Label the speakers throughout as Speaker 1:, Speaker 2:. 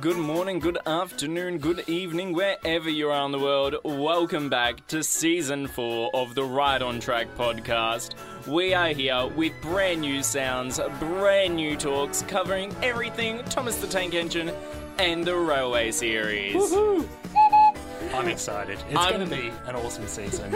Speaker 1: good morning, good afternoon, good evening, wherever you are in the world. Welcome back to season four of the Right on Track podcast. We are here with brand new sounds, brand new talks, covering everything Thomas the Tank Engine and the Railway series.
Speaker 2: I'm excited. It's
Speaker 1: I'm-
Speaker 2: going to be an awesome season.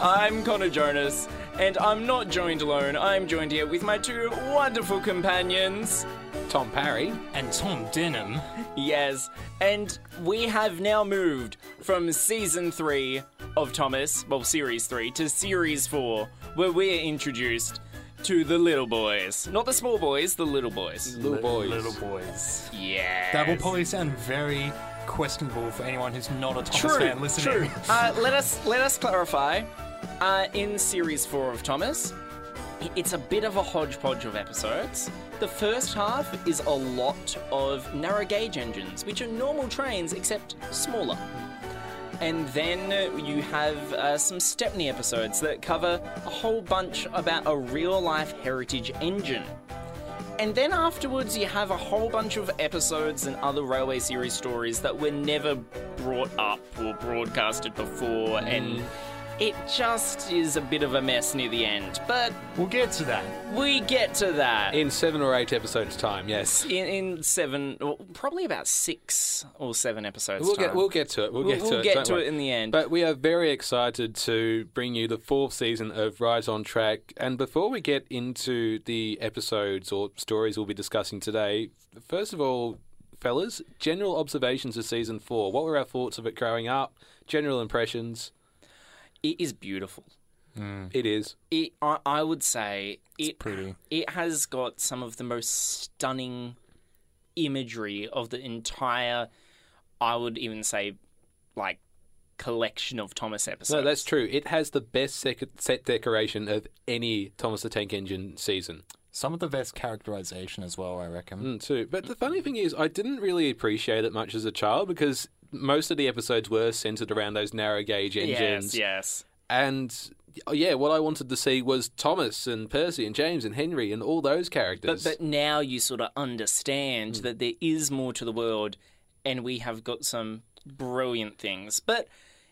Speaker 1: I'm Connor Jonas, and I'm not joined alone. I'm joined here with my two wonderful companions.
Speaker 3: Tom Parry.
Speaker 2: and Tom Denham,
Speaker 1: Yes, and we have now moved from season three of Thomas, well, series three, to series four, where we are introduced to the little boys. Not the small boys, the little boys.
Speaker 3: Little boys.
Speaker 2: little boys.
Speaker 1: Yes.
Speaker 2: That will probably sound very questionable for anyone who's not a Thomas fan listening.
Speaker 1: True. Uh, let us let us clarify. Uh, in series four of Thomas, i- it's a bit of a hodgepodge of episodes. The first half is a lot of narrow gauge engines, which are normal trains except smaller. And then uh, you have uh, some Stepney episodes that cover a whole bunch about a real life heritage engine. And then afterwards, you have a whole bunch of episodes and other railway series stories that were never brought up or broadcasted before,
Speaker 3: Mm.
Speaker 1: and it just is a bit of a mess near the end. But
Speaker 2: We'll get to that.
Speaker 1: we get to that in
Speaker 3: In seven or eight episodes' time, yes.
Speaker 1: in, seven, or probably about six or seven episodes.
Speaker 3: We'll get,
Speaker 1: time.
Speaker 3: we'll get to it. We'll,
Speaker 1: We'll-
Speaker 3: get
Speaker 1: we'll
Speaker 3: to it.
Speaker 1: get
Speaker 3: don't
Speaker 1: to
Speaker 3: worry.
Speaker 1: it in the end.
Speaker 3: But we are very excited to bring you the fourth season of Rise on Track. And before we get into the episodes or stories we'll be discussing today, first of all, fellas, general observations of season four. What were our thoughts of it growing up? General impressions.
Speaker 1: It is beautiful.
Speaker 3: It is.
Speaker 1: It, I, I would say, it
Speaker 4: pretty.
Speaker 1: It has got some of the most stunning imagery of the entire. I would even say, like, collection of Thomas
Speaker 3: No,
Speaker 1: episodes.
Speaker 3: that's true. It has the best sec- set decoration of any Thomas the Tank Engine season.
Speaker 4: Some of the best characterization as well, I reckon.
Speaker 3: Mm, too. But the funny thing is, I didn't really appreciate it much as a child because most of the episodes were centered around those narrow gauge engines.
Speaker 1: yes, yes.
Speaker 3: And oh, yeah, what I wanted to see was Thomas and Percy and James and Henry and all those characters.
Speaker 1: But but now you sort of understand
Speaker 3: Hmm.
Speaker 1: that there is more to the world, and we have got some brilliant things. But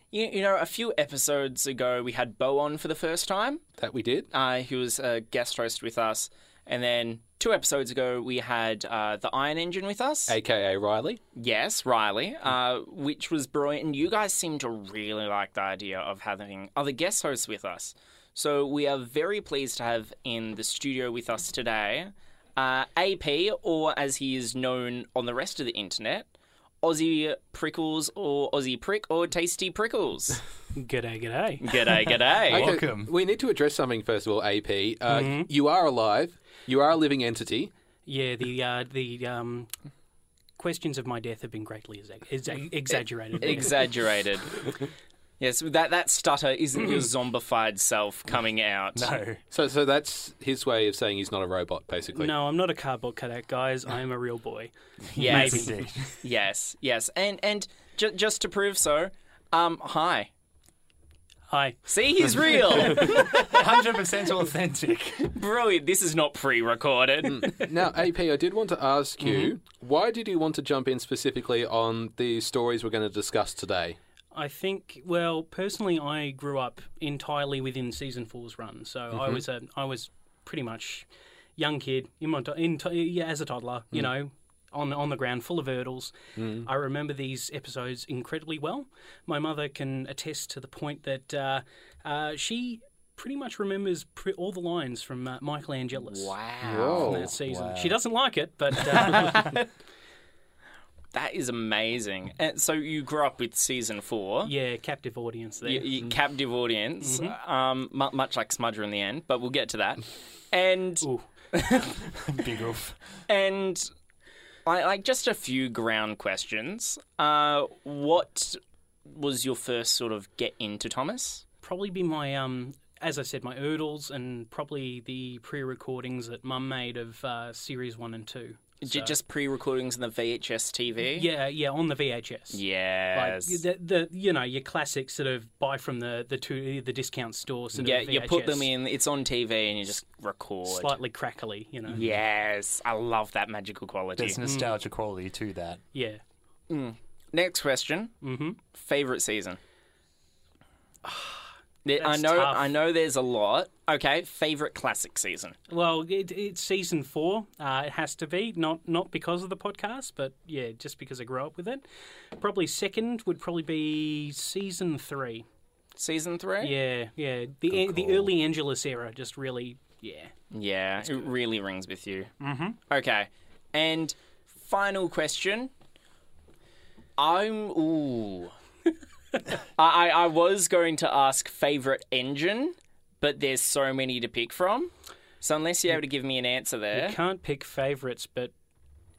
Speaker 1: you, you know, a few episodes ago, we had Bo on for the first time.
Speaker 3: that we did.
Speaker 1: Uh, he was a guest host with us, and then two episodes ago, we had uh, the Iron Engine with us.
Speaker 3: AKA Riley.
Speaker 1: Yes, Riley, uh, which was brilliant. And you guys seem to really like the idea of having other guest hosts with us. So we are very pleased to have in the studio with us today uh, AP, or as he is known on the rest of the internet, Aussie Prickles, or Aussie Prick, or Tasty Prickles.
Speaker 5: G'day, g'day.
Speaker 1: G'day, g'day.
Speaker 3: Okay,
Speaker 2: Welcome.
Speaker 3: we need to address something, first of all, AP. Uh, You are alive, you are a living entity.
Speaker 5: Yeah, the uh, the um, questions of my death have been greatly exa- exa- exaggerated. there.
Speaker 1: Exaggerated. Yes, that, that stutter isn't your zombified self coming out.
Speaker 2: No.
Speaker 3: So, so that's his way of saying he's not a robot, basically.
Speaker 5: No, I'm not a cardboard cutout, guys. I am a real boy.
Speaker 1: Yes.
Speaker 2: Indeed.
Speaker 1: Yes, yes, and and j- just to prove so, um, hi.
Speaker 5: Hi.
Speaker 1: See, he's real.
Speaker 2: 100% authentic.
Speaker 1: Brilliant. This is not
Speaker 5: Hmm.
Speaker 1: pre-recorded.
Speaker 3: Now, AP, I did want to ask you, why did you want to jump in specifically on the stories we're going to discuss today?
Speaker 5: I think, well, personally, I grew up entirely within season four's run, so I was a I was pretty much young kid in my to- in to- yeah, as a toddler, you know. On, on the ground, full of hurdles. I remember these episodes incredibly well. My mother can attest to the point that uh, uh, she pretty much remembers pre- all the lines from uh, Michael Angelis
Speaker 1: wow,
Speaker 5: from that season. She doesn't like it, but uh,
Speaker 1: that is amazing. And so you grew up with season four.
Speaker 5: yeah, Mm-hmm. captive audience there.
Speaker 1: y- y- captive audience,
Speaker 5: Mm-hmm.
Speaker 1: um, mu much like Smudger in the end, but we'll get to that. And
Speaker 5: Ooh.
Speaker 2: Big oof.
Speaker 1: and I, like just a few ground questions. Uh, what was your first sort of get into Thomas?
Speaker 5: probably be my um as I said, my oodles and probably the pre recordings that Mum made of uh, series one and two.
Speaker 1: J- just pre-recordings in the VHS TV.
Speaker 5: Yeah, yeah, on the VHS. Like
Speaker 1: Yes.
Speaker 5: the, the you know your classic sort of buy from the the two the discount store sort
Speaker 1: yeah,
Speaker 5: of
Speaker 1: you put them
Speaker 5: VHS,
Speaker 1: in. It's on TV, and you just record.
Speaker 5: slightly crackly you know
Speaker 1: Yes, I love that magical quality.
Speaker 4: There's nostalgia quality to that.
Speaker 5: yeah
Speaker 1: Next question. Mm-hmm. Favorite season. I
Speaker 5: That's
Speaker 1: know.
Speaker 5: tough.
Speaker 1: I know. There's a lot. Okay. Favorite classic season.
Speaker 5: Well, it, it's season four. Uh, it has to be not not because of the podcast, but yeah, just because I grew up with it. Probably second would probably be season three.
Speaker 1: Season three.
Speaker 5: Yeah, yeah. The the early Angelus era just really yeah.
Speaker 1: Yeah, it really rings with you. Mm-hmm. Okay, and final question. I'm ooh. I I I was going to ask favorite engine, but there's so many to pick from. So unless you're able to give me an answer there,
Speaker 5: Can't pick favorites, but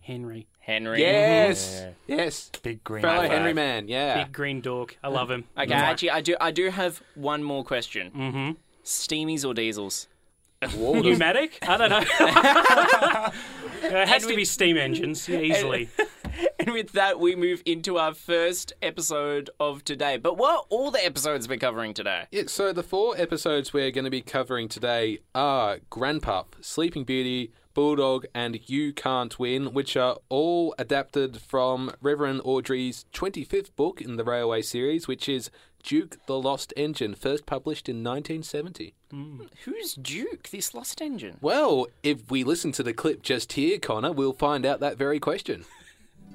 Speaker 5: Henry,
Speaker 1: Henry. Mm-hmm.
Speaker 3: Yes. Yes.
Speaker 4: Big green.
Speaker 3: Fellow
Speaker 4: flag.
Speaker 3: Henry Man, yeah.
Speaker 5: big green dork. I love him.
Speaker 1: Okay, actually, I do I do have one more question. Mm-hmm. Steamies or diesels?
Speaker 3: Whoa, does-
Speaker 5: Pneumatic? I don't know. it has to be steam engines,
Speaker 1: Eh,
Speaker 5: yeah, easily.
Speaker 1: And with that, we move into our first episode of today. But what are all the episodes we're covering today?
Speaker 3: Yeah, so the four episodes we're going to be covering today are Grandpup, Sleeping Beauty, Bulldog, and You Can't Win, which are all adapted from Reverend Audrey's 25th book in the Railway series, which is Duke the Lost Engine, first published in 1970.
Speaker 1: Who's Duke? This lost engine.
Speaker 3: Well, if we listen to the clip just here, Connor, we'll find out that very question.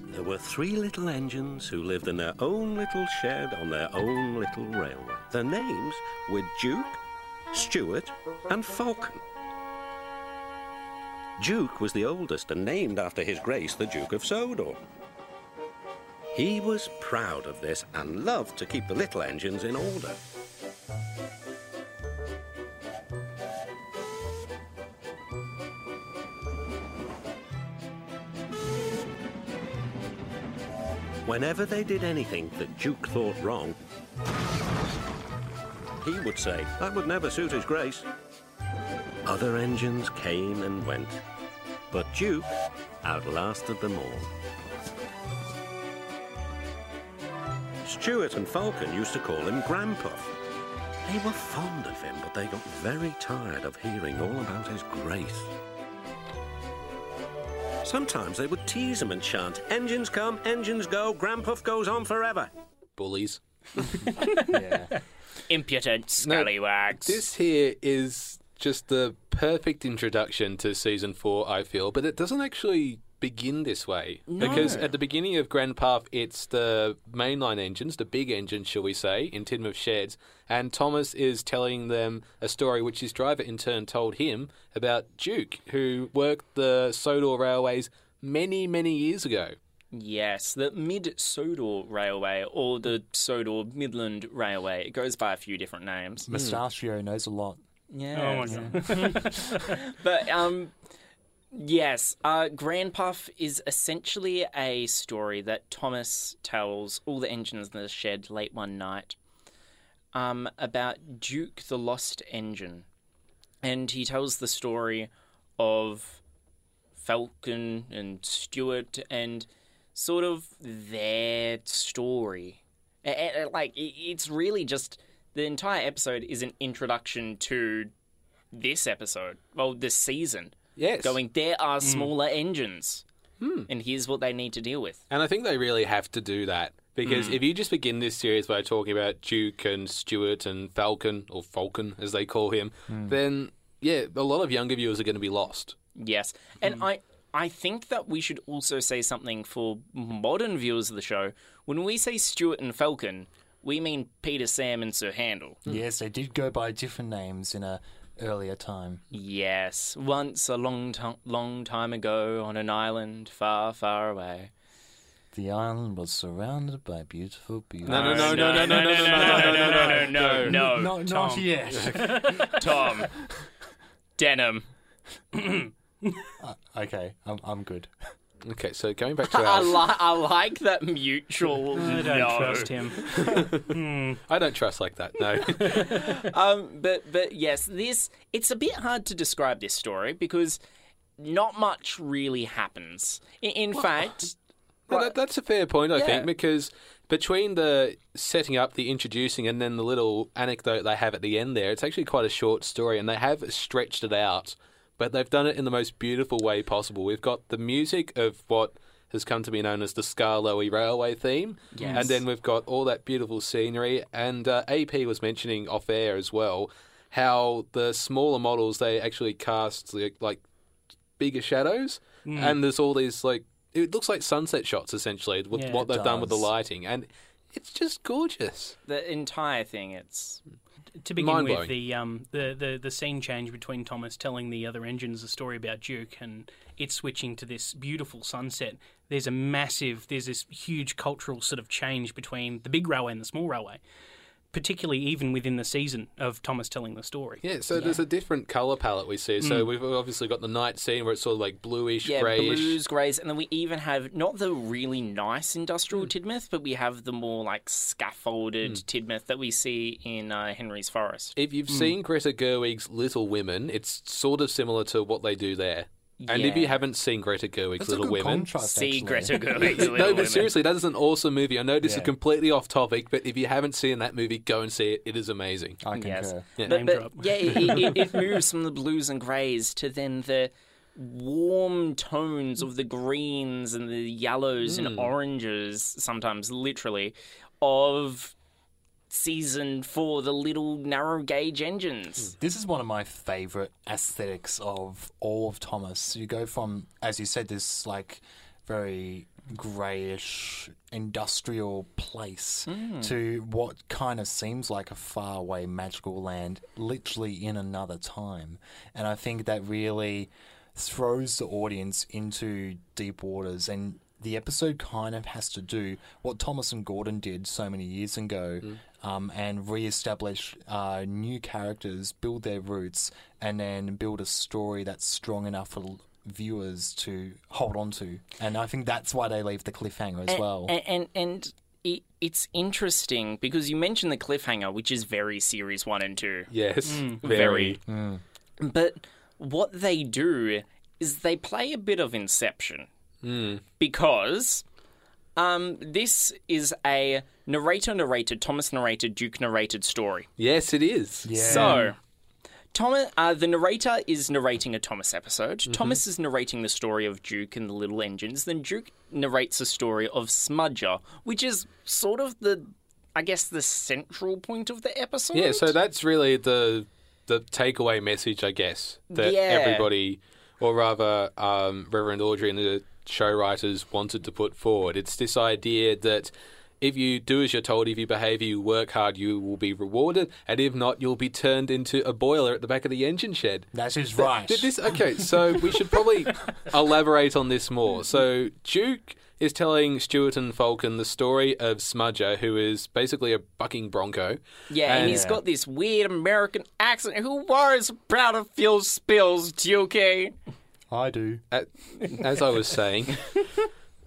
Speaker 6: There were three little engines who lived in their own little shed on their own little railway. Their names were Duke, Stewart, and Falcon. Duke was the oldest and named after His Grace the Duke of Sodor. He was proud of this and loved to keep the little engines in order. Whenever they did anything that Duke thought wrong, he would say, That would never suit His Grace. Other engines came and went, but Duke outlasted them all. Stuart and Falcon used to call him Grandpuff. They were fond of him, but they got very tired of hearing all about his grace. Sometimes they would tease him and chant, Engines come, engines go, Grandpuff goes on forever.
Speaker 3: Bullies.
Speaker 1: Impudent
Speaker 3: No,
Speaker 1: scallywags.
Speaker 3: This here is just the perfect introduction to season four, I feel, but it doesn't actually begin this way. Because at the beginning of Grand Path, it's the mainline engines, the big engines, shall we say, in Tidmouth Sheds, and Thomas is telling them a story which his driver in turn told him about Duke, who worked the Sodor Railways many, many years ago.
Speaker 1: Yes, the Mid Sodor Railway or the Sodor Midland Railway. It goes by a few different names.
Speaker 4: Mustachio knows a lot.
Speaker 1: Yeah.
Speaker 5: Oh my god.
Speaker 1: But um yes, uh Grand Puff is essentially a story that Thomas tells all the engines in the shed late one night um about Duke the Lost Engine. And he tells the story of Falcon and Stewart and sort of their story. A- a- a- like i- it's really just the entire episode is an introduction to this episode, well, this season,
Speaker 3: Yes.
Speaker 1: going, there are smaller engines. And here's what they need to deal with.
Speaker 3: And I think they really have to do that because if you just begin this series by talking about Duke and Stewart and Falcon or Falcon as they call him, then yeah, a lot of younger viewers are going to be lost.
Speaker 1: Yes. And I I think that we should also say something for modern viewers of the show. When we say Stuart and Falcon, we mean Peter, Sam, and Sir Handel.
Speaker 4: Yes, they did go by different names in a earlier time.
Speaker 1: Yes. Once a long, ti long time ago on an island far, far away.
Speaker 4: The island was surrounded by beautiful, beautiful.
Speaker 3: No, no, no, no, no, no, no, no, no, no, no, no.
Speaker 1: no, no,
Speaker 4: not, not yet.
Speaker 1: Tom. Denim.
Speaker 4: okay, I'm, I'm good.
Speaker 3: Okay, so going back to
Speaker 1: I,
Speaker 3: our,
Speaker 1: li- I like that mutual.
Speaker 5: I don't
Speaker 1: no.
Speaker 5: trust him.
Speaker 3: I don't trust like that. No,
Speaker 1: Um, but but yes, this it's a bit hard to describe this story because not much really happens. I- In, fact,
Speaker 3: Well,
Speaker 1: Right.
Speaker 3: that, that's a fair point, I
Speaker 1: Yeah.
Speaker 3: think, because between the setting up, the introducing, and then the little anecdote they have at the end there, it's actually quite a short story, and they have stretched it out, but they've done it in the most beautiful way possible. We've got the music of what has come to be known as the Scarlowy Railway theme, and then we've got all that beautiful scenery. And uh, AP was mentioning off air as well how the smaller models they actually cast like, like bigger shadows, and there's all these like it looks like sunset shots essentially with
Speaker 5: Yeah,
Speaker 3: what
Speaker 5: it
Speaker 3: they've done with the
Speaker 4: does.
Speaker 3: lighting, and it's just gorgeous.
Speaker 1: the entire thing it's
Speaker 5: to begin with
Speaker 3: Mind-blowing.
Speaker 5: the um the, the the scene change between Thomas telling the other engines a story about Duke and it switching to this beautiful sunset. There's a massive there's this huge cultural sort of change between the big railway and the small railway, particularly even within the season of Thomas telling the story.
Speaker 3: Yeah, so there's a different color palette we see. So we've obviously got the night scene where it's sort of like bluish,
Speaker 1: yeah,
Speaker 3: grayish.
Speaker 1: blues, greys, and then we even have not the really nice industrial
Speaker 3: Mm.
Speaker 1: Tidmouth, but we have the more like scaffolded Tidmouth that we see in uh, Henry's Forest.
Speaker 3: If you've seen Greta Gerwig's Little Women, it's sort of similar to what they do there. And if
Speaker 1: Yeah.
Speaker 3: you haven't seen Greta Gerwig's
Speaker 2: That's a
Speaker 3: Little
Speaker 2: good
Speaker 3: Women,
Speaker 2: contrast.
Speaker 1: See
Speaker 2: actually.
Speaker 1: Greta Gerwig's Little
Speaker 3: no,
Speaker 1: Women.
Speaker 3: but seriously, that is an awesome movie. I know this
Speaker 4: Yeah.
Speaker 3: is completely off topic, but if you haven't seen that movie, go and see it. It is amazing.
Speaker 4: I concur.
Speaker 1: Yes.
Speaker 3: Yeah.
Speaker 1: But,
Speaker 5: uh, Name
Speaker 1: but,
Speaker 5: drop.
Speaker 1: yeah, it, it- it, it moves from the blues and greys to then the warm tones of the greens and the yellows
Speaker 5: Mm.
Speaker 1: and oranges, sometimes literally, of season four, the little narrow gauge engines.
Speaker 4: This is one of my favorite aesthetics of all of Thomas. You go from, as you said, this like very greyish industrial place
Speaker 1: Hmm.
Speaker 4: to what kind of seems like a faraway magical land, literally in another time. And I think that really throws the audience into deep waters and the episode kind of has to do what Thomas and Gordon did so many years ago
Speaker 1: Mm.
Speaker 4: um, and re-establish uh, new characters, build their roots, and then build a story that's strong enough for l- viewers to hold on to. And I think that's why they leave the cliffhanger as
Speaker 1: A-
Speaker 5: Hmm.
Speaker 4: well.
Speaker 1: a- And and, it, it's interesting because you mentioned the cliffhanger, which is very series one and two.
Speaker 3: Yes,
Speaker 1: very. But what they do is they play a bit of Inception
Speaker 3: Hmm.
Speaker 1: because um, this is a narrator narrated, Thomas narrated, Duke narrated story.
Speaker 3: Yes, it is.
Speaker 4: yeah.
Speaker 1: So.
Speaker 3: Hmm.
Speaker 1: Thomas, uh, the narrator is narrating a Thomas episode.
Speaker 3: Mm-hmm.
Speaker 1: Thomas is narrating the story of Duke and the little engines. Then Duke narrates a story of Smudger, which is sort of the, I guess, the central point of the episode.
Speaker 3: Yeah, so that's really the the takeaway message, I guess, that
Speaker 1: Yeah.
Speaker 3: everybody, or rather, um, Reverend Audrey and the show writers wanted to put forward. It's this idea that if you do as you're told, if you behave, you work hard, you will be rewarded, and if not, you'll be turned into a boiler at the back of the engine shed.
Speaker 4: That is right.
Speaker 3: Did this okay, so we should probably elaborate on this more. So Duke is telling Stuart and Falcon the story of Smudger, who is basically a bucking bronco.
Speaker 1: Yeah, and
Speaker 3: And-
Speaker 1: he's got this weird American accent. Who was proud of Phil Spills, Duke?
Speaker 4: I do.
Speaker 3: a- as I was saying.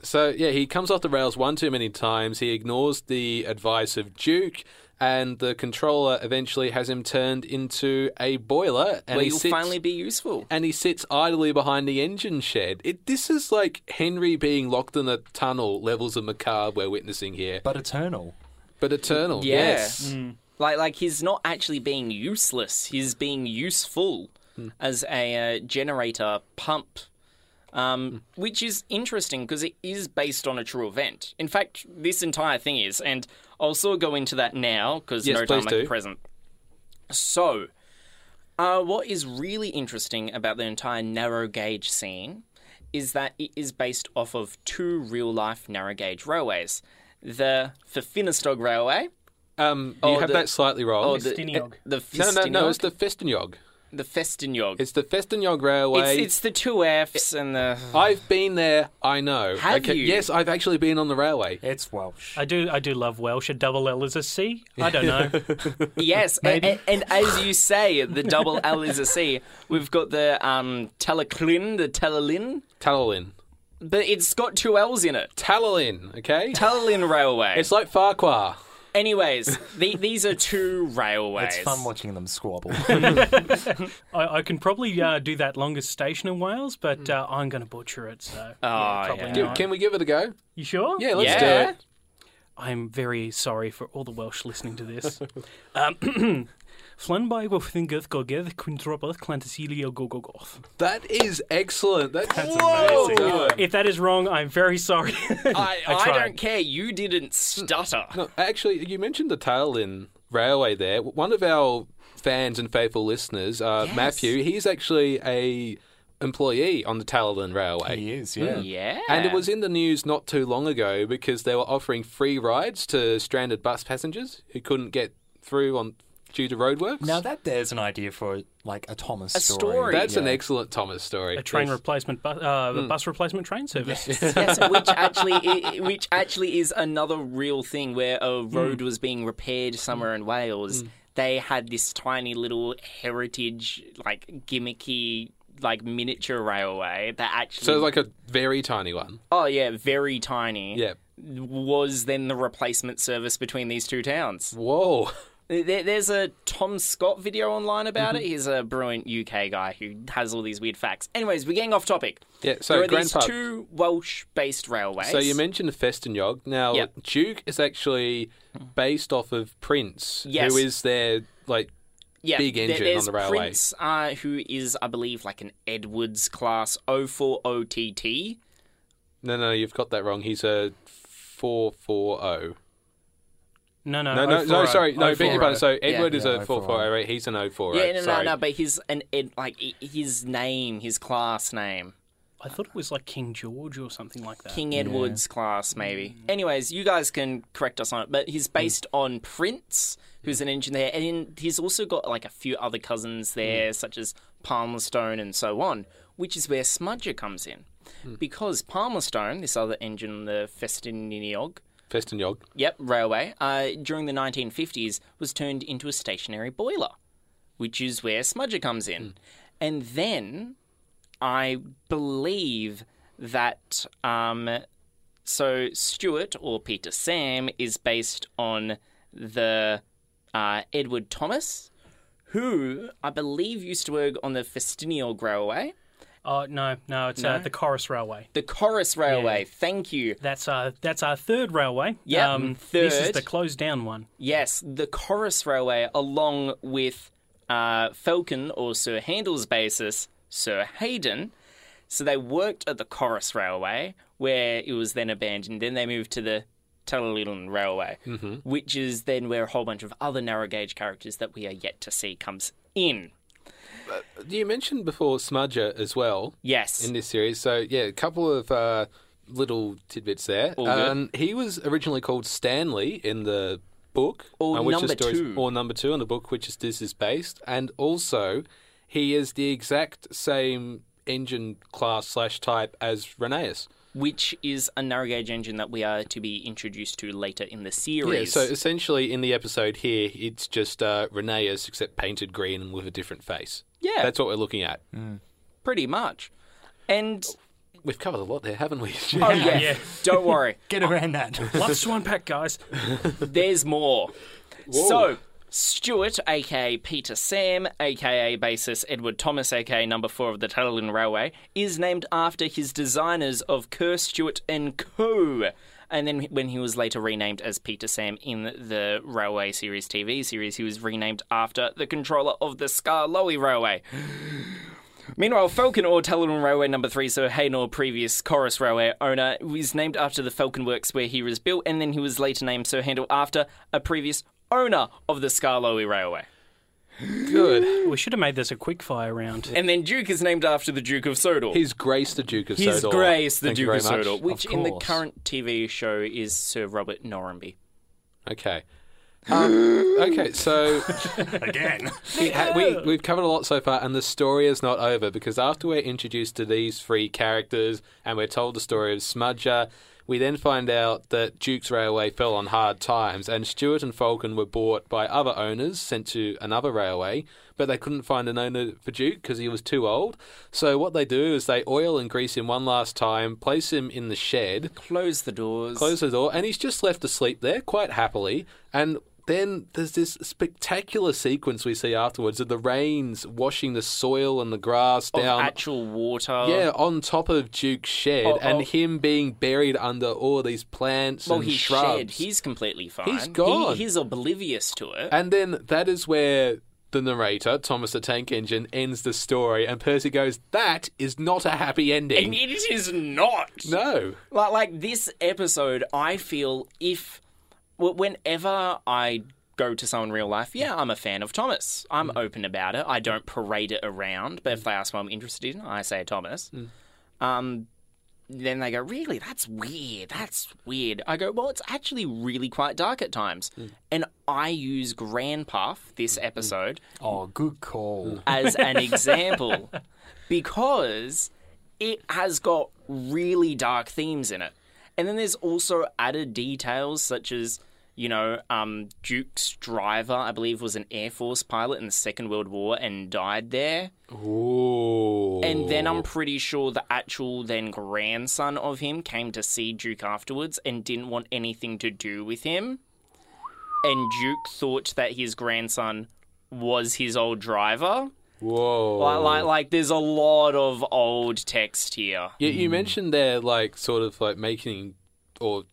Speaker 3: So yeah, he comes off the rails one too many times. He ignores the advice of Duke, and the controller eventually has him turned into a boiler. And
Speaker 1: Where
Speaker 3: he
Speaker 1: you'll
Speaker 3: sits,
Speaker 1: finally be useful.
Speaker 3: and he sits idly behind the engine shed. It, this is like Henry being locked in a tunnel. Levels of macabre we're witnessing here,
Speaker 4: But Eternal.
Speaker 3: but eternal.
Speaker 1: Yeah. Mm.
Speaker 3: Yes.
Speaker 1: Like, like he's not actually being useless. He's being useful
Speaker 3: Hmm.
Speaker 1: as a uh, generator pump, um,
Speaker 3: Hmm.
Speaker 1: which is interesting because it is based on a true event. In fact, this entire thing is, and I'll sort of go into that now because
Speaker 3: Yes,
Speaker 1: no time
Speaker 3: please
Speaker 1: like the
Speaker 3: do.
Speaker 1: present. So, uh, what is really interesting about the entire narrow gauge scene is that it is based off of two real life narrow gauge railways. The Fifinistog Railway,
Speaker 3: Um, you
Speaker 1: Oh,
Speaker 3: have
Speaker 1: the-
Speaker 3: that slightly wrong.
Speaker 1: Oh, the,
Speaker 5: Festiniog.
Speaker 1: eh, the
Speaker 3: no, no, no.
Speaker 1: Festiniog?
Speaker 3: It's the Festinyog.
Speaker 1: the Festiniog. It's,
Speaker 3: It's the Festinyog Railway.
Speaker 1: it's, the two Fs and the.
Speaker 3: I've been there. I know.
Speaker 1: Have you?
Speaker 3: Yes, I've actually been on the railway.
Speaker 4: It's Welsh.
Speaker 5: I do I do love Welsh. A double L is a C. I don't know.
Speaker 1: Yes, a- a- and, as you say, the double L is a C. We've got the um, Teleclin, the Telelin,
Speaker 3: Talalin.
Speaker 1: but it's got two L's in it.
Speaker 3: Talalin. Okay.
Speaker 1: Telelin Railway.
Speaker 3: it's like Farquhar.
Speaker 1: Anyways, the, these are two railways.
Speaker 4: It's fun watching them squabble.
Speaker 5: I, I can probably uh, do that longest station in Wales, but uh, I'm going to butcher it. So, oh, probably
Speaker 1: yeah.
Speaker 3: Do-
Speaker 5: not.
Speaker 3: Can we Hmm. Ah, give it a go?
Speaker 5: you sure?
Speaker 3: Yeah, let's
Speaker 1: Yeah.
Speaker 3: do it.
Speaker 5: I'm very sorry for all the Welsh listening to this. um, Flanbai Wofthingeth Gogeth Quintropoth Clantasilio Gogogoth.
Speaker 3: That is excellent. That, That's
Speaker 1: Whoa!
Speaker 5: If that is wrong, I'm very sorry.
Speaker 3: Ah,
Speaker 1: I, I,
Speaker 5: tried.
Speaker 1: don't care. You didn't stutter.
Speaker 3: No, actually, you mentioned the Tailin Railway there. One of our fans and faithful listeners, uh,
Speaker 1: Yes.
Speaker 3: Matthew, he's actually a employee on the Tailin Railway.
Speaker 4: he is, yeah.
Speaker 1: Yeah.
Speaker 3: And it was in the news not too long ago because they were offering free rides to stranded bus passengers who couldn't get through on due to roadworks.
Speaker 4: Now that there's an idea for like a Thomas
Speaker 1: A story.
Speaker 3: that's an
Speaker 4: yeah.
Speaker 3: excellent Thomas story.
Speaker 5: a train
Speaker 3: Yes. Hmm.
Speaker 5: replacement, bu- uh, a bus replacement train service.
Speaker 1: yes, which actually, i- which actually is another real thing where a
Speaker 3: Mm.
Speaker 1: road was being repaired somewhere in Wales. They had this tiny little heritage, like gimmicky, like miniature railway that actually,
Speaker 3: So like a very tiny one.
Speaker 1: oh yeah, very tiny.
Speaker 3: Yeah.
Speaker 1: was then the replacement service between these two towns.
Speaker 3: Whoa.
Speaker 1: There, there's a Tom Scott video online about
Speaker 3: Mm-hmm.
Speaker 1: it. He's a brilliant UK guy who has all these weird facts. Anyways, we're getting off topic.
Speaker 3: Yeah, so
Speaker 1: there are
Speaker 3: Grand
Speaker 1: these
Speaker 3: Pub.
Speaker 1: two Welsh-based railways.
Speaker 3: So you mentioned Festinyog. Now
Speaker 1: Yep.
Speaker 3: Duke is actually based off of Prince,
Speaker 1: Yes.
Speaker 3: who is their like
Speaker 1: yeah,
Speaker 3: big
Speaker 1: there-
Speaker 3: engine on
Speaker 1: there's
Speaker 3: the railway.
Speaker 1: Prince, uh, who is, I believe, like an Edwards class 040TT.
Speaker 3: no no you've got that wrong. He's a four four zero.
Speaker 5: no, no,
Speaker 3: No no no
Speaker 2: 040.
Speaker 3: sorry no beg your pardon. So
Speaker 1: Yeah. oh
Speaker 3: Edward is
Speaker 4: Yeah,
Speaker 3: a four four zero. Right? He's an 040.
Speaker 1: Yeah, no, no,
Speaker 3: sorry.
Speaker 1: no, but he's an Ed, like i- his name, his class name.
Speaker 5: I thought it was like King George or something like that.
Speaker 1: King Edward's class, maybe.
Speaker 3: Mm.
Speaker 1: Anyways, you guys can correct us on it, but
Speaker 3: Hmm.
Speaker 1: he's based on Prince, who's an engineer, and in- he's also got like a few other
Speaker 3: Hmm.
Speaker 1: cousins there, such as Palmerstone and so on, which is where Smudger comes in.
Speaker 3: Hmm.
Speaker 1: Because Palmerstone, this other engine on the Festiniog,
Speaker 3: Festinyog.
Speaker 1: yep, railway, uh, during the 1950s was turned into a stationary boiler, which is where Smudger comes in. And then I believe that um, so Stuart or Peter Sam is based on the uh, Edward Thomas, who I believe used to work on the Festiniog Railway,
Speaker 5: Oh no, no, it's Uh, the Chorus Railway.
Speaker 1: the Chorus Railway. Thank you.
Speaker 5: That's our that's our third railway. Um,
Speaker 1: Yeah,
Speaker 5: This is
Speaker 1: third.
Speaker 5: the closed down one.
Speaker 1: Yes, the Chorus Railway, along with uh, Falcon or Sir Handel's basis, Sir Hayden. So they worked at the Chorus Railway, where it was then abandoned. Then they moved to the Tullalulan Railway,
Speaker 3: Mm-hmm.
Speaker 1: which is then where a whole bunch of other narrow gauge characters that we are yet to see comes in.
Speaker 3: You mentioned before Smudger as well.
Speaker 1: Yes.
Speaker 3: in this series. So yeah, a couple of uh, little tidbits there.
Speaker 1: All good.
Speaker 3: Um, he was originally called Stanley in the book,
Speaker 1: Or
Speaker 3: on which
Speaker 1: number
Speaker 3: the story is-
Speaker 1: two.
Speaker 3: or number two in the book, which is this is based, and also he is the exact same engine class slash type as Reneus.
Speaker 1: which is a narrow gauge engine that we are to be introduced to later in the
Speaker 3: Yeah,
Speaker 1: series.
Speaker 3: so essentially in the episode here, it's just uh, Reneus except painted green and with a different face.
Speaker 1: Yeah. Mm.
Speaker 3: that's what we're looking at.
Speaker 1: pretty much. And
Speaker 3: We've covered a lot there, haven't we?
Speaker 1: oh yeah,
Speaker 5: yeah.
Speaker 1: don't worry.
Speaker 4: Get around that.
Speaker 5: Lots to unpack, guys.
Speaker 1: There's more. So, Stuart, aka Peter Sam, aka bassist Edward Thomas, aka number four of the Tullalulan Railway, is named after his designers of Kerr Stewart and Co. And then when he was later renamed as Peter Sam in the Railway Series TV series, he was renamed after the controller of the Scarlowy Railway. Meanwhile, Falcon or Talon Railway Number Three, so Haynor, previous Chorus Railway owner, was named after the Falcon Works where he was built, and then he was later named Sir Handel after a previous owner of the Scarlowy Railway.
Speaker 3: good.
Speaker 5: We should have made this a quick fire round.
Speaker 1: And then Duke is named after the Duke of Sodor.
Speaker 3: He's Grace, the Duke of
Speaker 1: His
Speaker 3: Sodor.
Speaker 1: Grace, the
Speaker 3: Thank you
Speaker 1: Duke of
Speaker 3: very much.
Speaker 1: Sodor, which
Speaker 4: Of
Speaker 1: in the
Speaker 4: course.
Speaker 1: current TV show is Sir Robert Norrumby.
Speaker 3: Okay. Um, okay, so
Speaker 4: Again.
Speaker 3: we, ha- we, we've covered a lot so far, and the story is not over because after we're introduced to these three characters and we're told the story of Smudger, We then find out that Duke's railway fell on hard times, and Stewart and Falcon were bought by other owners, sent to another railway, but they couldn't find an owner for Duke because he was too old. So what they do is they oil and grease him one last time, place him in the shed,
Speaker 1: Close the doors.
Speaker 3: close the door, and he's just left asleep there quite happily. And then there's this spectacular sequence we see afterwards of the rains washing the soil and the grass
Speaker 1: of
Speaker 3: down.
Speaker 1: actual water.
Speaker 3: yeah, on top of Duke's shed,
Speaker 1: Oh,
Speaker 3: and
Speaker 1: oh.
Speaker 3: him being buried under all these plants
Speaker 1: Well,
Speaker 3: and
Speaker 1: he's
Speaker 3: shrubs.
Speaker 1: shed. He's completely fine.
Speaker 3: He's gone.
Speaker 1: He, he's oblivious to it.
Speaker 3: And then that is where the narrator, Thomas the Tank Engine, ends the story, and Percy goes, "That is not a happy ending."
Speaker 1: and it is not.
Speaker 3: no.
Speaker 1: Like, like this episode, I feel if wh- whenever I go to someone in real life, yeah, I'm a fan of Thomas. I'm open about it. I don't parade it around. But if they ask what I'm interested in, I say Thomas. Um, then they go, really? That's weird. That's weird. I go, well, it's actually really quite dark at times. And I use Grandpuff this episode
Speaker 4: Oh, good call.
Speaker 1: as an example because it has got really dark themes in it. And then there's also added details such as, you know, um, Duke's driver, I believe, was an Air Force pilot in the Second World War and died there.
Speaker 3: Ooh.
Speaker 1: And then I'm pretty sure the actual then grandson of him came to see Duke afterwards and didn't want anything to do with him. And Duke thought that his grandson was his old driver.
Speaker 3: Whoa.
Speaker 1: Like, like, like, there's a lot of old text here.
Speaker 3: You, you mentioned there, like, sort of like making or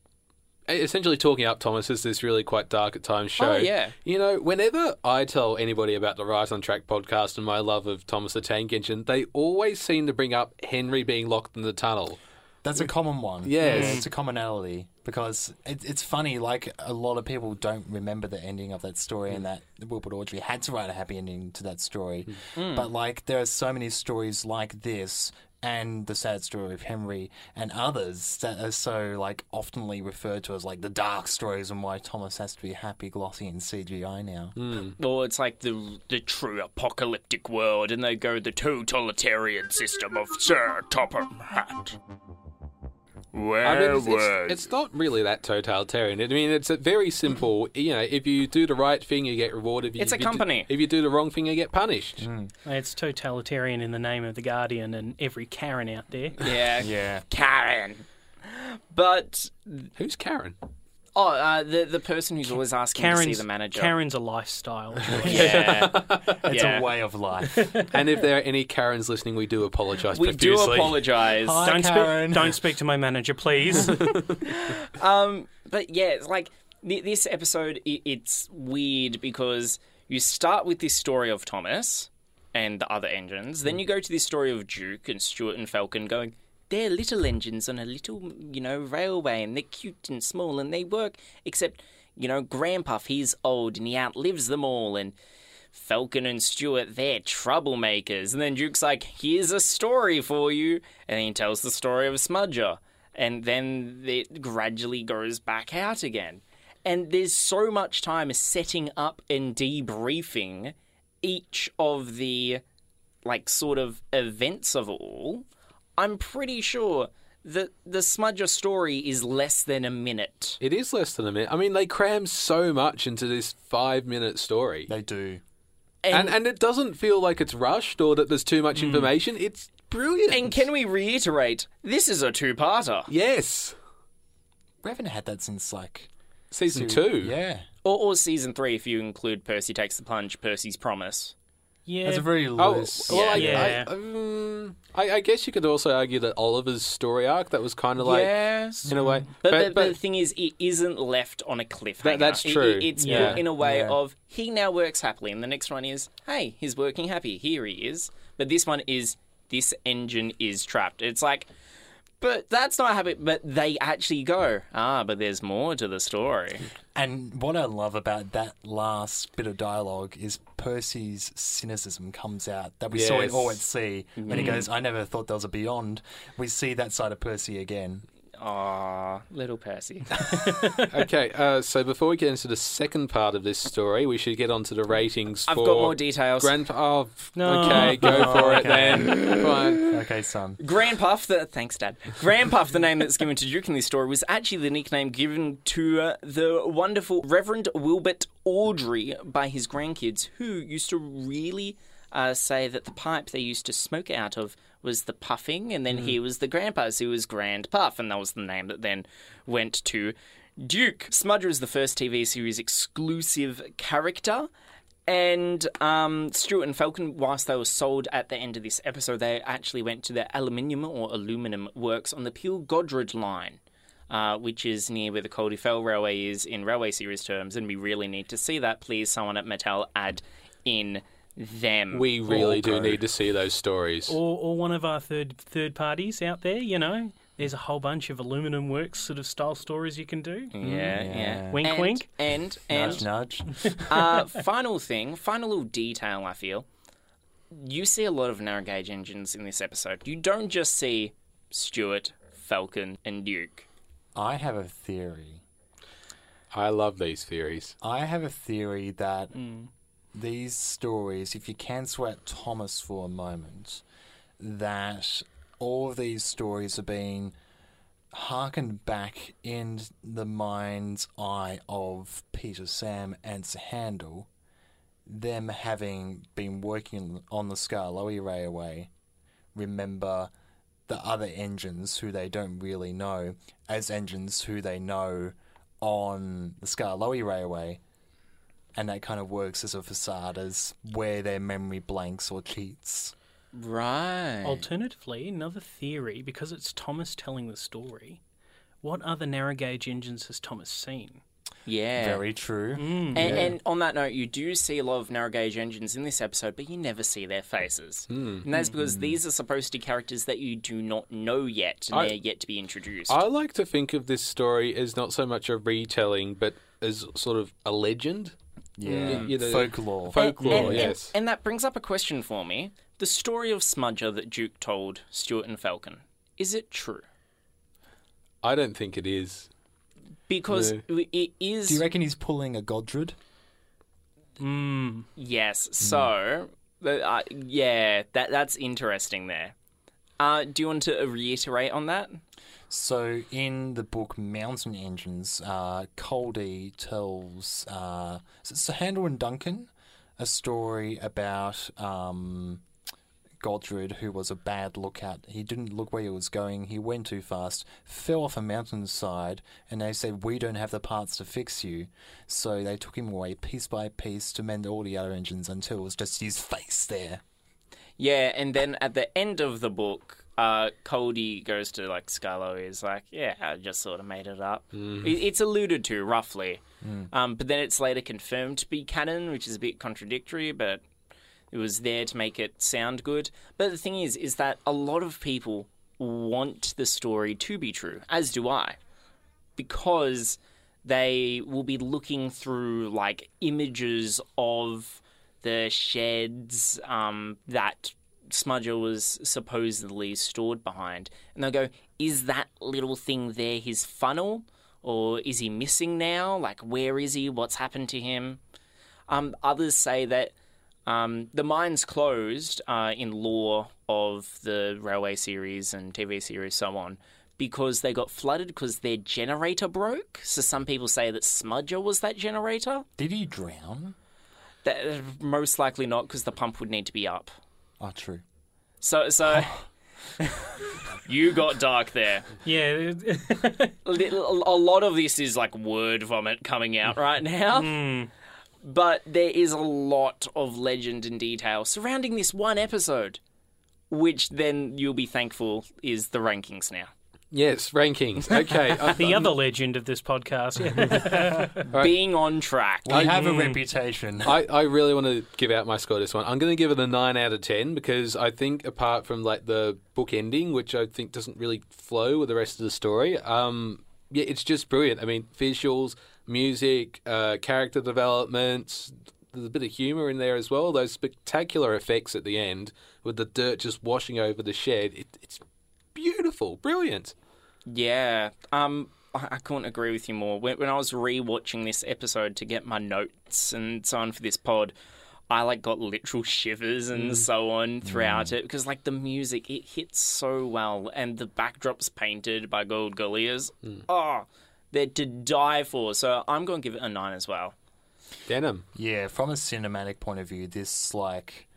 Speaker 3: essentially talking up Thomas as this really quite dark at times show.
Speaker 1: Oh, yeah.
Speaker 3: You know, whenever I tell anybody about the Rise on Track podcast and my love of Thomas the Tank Engine, they always seem to bring up Henry being locked in the tunnel.
Speaker 4: That's a common one.
Speaker 3: Yes.
Speaker 4: It's a commonality because it, it's funny, like, a lot of people don't remember the ending of that story and that Wilbur Audrey had to write a happy ending to that story. But, like, there are so many stories like this and the sad story of Henry and others that are so, like, oftenly referred to as, like, the dark stories and why Thomas has to be happy, glossy, and CGI now.
Speaker 1: Or it's like the the true apocalyptic world, and they go the totalitarian system of Sir Topham Hatt. Where
Speaker 3: I mean, it's, it's, it's not really that totalitarian. I mean, it's a very simple. You know, if you do the right thing, you get rewarded.
Speaker 1: It's a
Speaker 3: if you do-
Speaker 1: company. Hmm.
Speaker 3: if you do the wrong thing, you get punished.
Speaker 5: It's totalitarian in the name of the Guardian and every Karen out there.
Speaker 1: yeah, yeah, Karen. But
Speaker 3: Who's Karen?
Speaker 1: oh, uh, the the person who's always asking to see
Speaker 5: Karen's
Speaker 1: the manager.
Speaker 5: Karen's a lifestyle.
Speaker 1: Yeah,
Speaker 4: It's
Speaker 1: Yeah.
Speaker 4: a way of life.
Speaker 3: and if there are any Karens listening, we do apologise.
Speaker 1: we do
Speaker 3: profusely.
Speaker 1: apologize.
Speaker 4: Hi,
Speaker 5: don't, spe-
Speaker 4: Karen.
Speaker 5: don't speak to my manager, please.
Speaker 1: but yeah, it's like th- this episode, i it's weird because you start with this story of Thomas and the other engines, then you go to this story of Duke and Stuart and Falcon going, they're little engines on a little, you know, railway, and they're cute and small, and they work. Except, you know, Grandpuff, he's old and he outlives them all, and Falcon and Stewart, they're troublemakers. And then Duke's like, here's a story for you. And then he tells the story of Smudger. And then it gradually goes back out again. And there's so much time setting up and debriefing each of the, like, sort of events of it all. I'm pretty sure that the Smudger story is less than a minute.
Speaker 3: It is less than a minute. I mean, they cram so much into this five-minute story,
Speaker 4: they do.
Speaker 3: and and it doesn't feel like it's rushed or that there's too much information. It's brilliant.
Speaker 1: Hmm. and can we reiterate, this is a two parter.
Speaker 3: yes,
Speaker 4: We haven't had that since, like,
Speaker 3: season two.
Speaker 4: yeah.
Speaker 1: Or, or season three, if you include Percy Takes the Plunge, Percy's Promise.
Speaker 5: yeah,
Speaker 4: That's a very
Speaker 3: Oh,
Speaker 4: loose.
Speaker 3: well, I,
Speaker 5: Yeah.
Speaker 3: I, um, I, I guess you could also argue that Oliver's story arc that was kind of like
Speaker 1: yes.
Speaker 3: in a way,
Speaker 1: But, but, but the thing is, it isn't left on a cliffhanger.
Speaker 3: That- that's
Speaker 1: It- it-
Speaker 3: true.
Speaker 1: it's
Speaker 3: Yeah.
Speaker 1: put in a way
Speaker 4: Yeah.
Speaker 1: of he now works happily, and the next one is hey, he's working happy. Here he is. But this one is this engine is trapped. It's like, but that's not happy. But they actually go ah, but there's more to the story.
Speaker 4: And what I love about that last bit of dialogue is Percy's cynicism comes out that we saw in
Speaker 3: Yes.
Speaker 4: Mm-hmm. All at Sea when he goes, I never thought there was a beyond. We see that side of Percy again.
Speaker 1: Aw, Ah, little Percy.
Speaker 3: Okay, uh, so before we get into the second part of this story, we should get onto the ratings.
Speaker 1: I've
Speaker 3: for
Speaker 1: got more details. Grand,
Speaker 3: Grandpa. Oh, f-
Speaker 5: No.
Speaker 3: Okay, go
Speaker 4: Oh,
Speaker 3: for it
Speaker 4: okay.
Speaker 3: then. Fine.
Speaker 4: Okay, son.
Speaker 1: Grandpuff, the, thanks, Dad. Grandpuff, the name that's given to Duke in this story, was actually the nickname given to uh, the wonderful Reverend Wilbert Audrey by his grandkids, who used to really uh, say that the pipe they used to smoke out of was the puffing, and then he was the grandpa's, who was Grand Puff, and that was the name that then went to Duke. Smudger is the first TV series exclusive character. And um, Stuart and Falcon, whilst they were sold at the end of this episode, they actually went to the aluminium or aluminum works on the Peel Godred line, uh, which is near where the Caldy Fell Railway is in railway series terms. And we really need to see that. Please, someone at Mattel add in them.
Speaker 3: We really do need to see those stories.
Speaker 5: or, or one of our third third parties out there. You know, there's a whole bunch of aluminum works sort of style stories you can do.
Speaker 1: yeah, yeah.
Speaker 5: Mm, Wink,
Speaker 1: and,
Speaker 5: wink.
Speaker 1: And, and,
Speaker 4: Nudge, nudge.
Speaker 1: uh, final thing, final little detail I feel. You see a lot of narrow gauge engines in this episode. You don't just see Stuart, Falcon, and Duke.
Speaker 4: I have a theory.
Speaker 3: I love these theories.
Speaker 4: I have a theory that these stories, if you cancel out Thomas for a moment, that all of these stories are being harkened back in the mind's eye of Peter Sam and Sahando, them having been working on the Scarlowy Railway, remember the other engines who they don't really know as engines who they know on the Scarlowy Railway. And that kind of works as a facade as where their memory blanks or cheats.
Speaker 1: Right.
Speaker 5: Alternatively, another theory, because it's Thomas telling the story, what other narrow gauge engines has Thomas seen?
Speaker 1: yeah.
Speaker 4: Very true.
Speaker 5: Mm.
Speaker 1: and, and on that note, you do see a lot of narrow gauge engines in this episode, but you never see their faces.
Speaker 3: Hmm.
Speaker 1: And that's because these are supposed to be characters that you do not know yet, and
Speaker 3: I-
Speaker 1: they're yet to be introduced.
Speaker 3: I like to think of this story as not so much a retelling, but as sort of a legend.
Speaker 4: Yeah.
Speaker 3: You know,
Speaker 4: Folklore.
Speaker 3: Folklore,
Speaker 1: and, and-
Speaker 3: yes.
Speaker 1: and that brings up a question for me. The story of Smudger that Duke told Stuart and Falcon, is it true?
Speaker 3: I don't think it is.
Speaker 1: Because
Speaker 3: No.
Speaker 1: w- it is.
Speaker 4: Do you reckon he's pulling a Godred?
Speaker 1: yes.
Speaker 4: Mm-hmm.
Speaker 1: So, but, uh, yeah, that that's interesting there. Uh, do you want to reiterate on that?
Speaker 4: So in the book Mountain Engines, uh, Coldy tells uh, is it Sir Handel and Duncan a story about um, Godred, who was a bad lookout. He didn't look where he was going. He went too fast, fell off a mountainside, and they said, "We don't have the parts to fix you." So they took him away piece by piece to mend all the other engines until it was just his face there.
Speaker 1: Yeah, and then at the end of the book, uh, Cody goes to like Scarlo. He's like, "Yeah, I just sort of made it up." It, it's alluded to roughly, um, but then it's later confirmed to be canon, which is a bit contradictory, but it was there to make it sound good. But the thing is, is that a lot of people want the story to be true, as do I, because they will be looking through like images of the sheds um, that Smudger was supposedly stored behind, and they'll go, "Is that little thing there his funnel, or is he missing now? Like, where is he? What's happened to him?" Um, others say that um, the mine's closed uh, in law of the railway series and TV series, so on, because they got flooded because their generator broke. So some people say that Smudger was that generator.
Speaker 4: Did he drown?
Speaker 1: That, most likely not, because the pump would need to be up.
Speaker 4: Oh, true.
Speaker 1: So, so you got dark there.
Speaker 5: Yeah,
Speaker 1: Little- A lot of this is like word vomit coming out right now. But there is a lot of legend and detail surrounding this one episode, which then you'll be thankful is the rankings now.
Speaker 3: Yes, rankings. Okay. I-
Speaker 1: Um,
Speaker 5: the other legend of this podcast.
Speaker 1: Being on track.
Speaker 4: We have a reputation.
Speaker 3: I, I really want to give out my score to this one. I'm going to give it a 9 out of 10 because I think, apart from like the book ending, which I think doesn't really flow with the rest of the story, um, yeah, it's just brilliant. I mean, visuals, music, uh, character developments, there's a bit of humor in there as well. Those spectacular effects at the end with the dirt just washing over the shed. It, it's beautiful, brilliant.
Speaker 1: Yeah. Um, I I couldn't agree with you more. When, when I was rewatching this episode to get my notes and so on for this pod, I like got literal shivers and so on throughout it because like the music it hits so well and the backdrops painted by Gold Gulliers, oh, they're to die for. So I'm going to give it a nine as well.
Speaker 3: Denim.
Speaker 4: Yeah, from a cinematic point of view, this like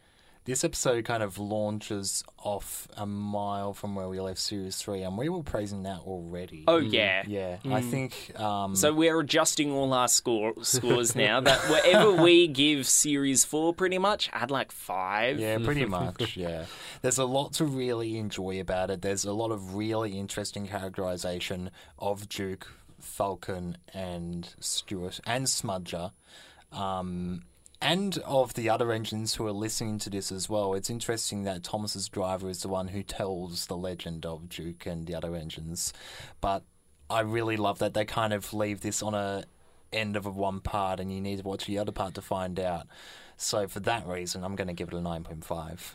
Speaker 4: this episode kind of launches off a mile from where we left series three, and we were praising that already.
Speaker 1: Oh yeah.
Speaker 4: yeah, I think um,
Speaker 1: So we're adjusting all our score, scores now. That whatever we give series four, pretty much, I'd like five.
Speaker 4: Yeah, pretty much. Yeah, there's a lot to really enjoy about it. There's a lot of really interesting characterization of Duke, Falcon, and Stuart and Smudger, um, and of the other engines who are listening to this as well. It's interesting that Thomas's driver is the one who tells the legend of Duke and the other engines, but I really love that they kind of leave this on a end of a one part and you need to watch the other part to find out. So for that reason, I'm going to give it a 9.5.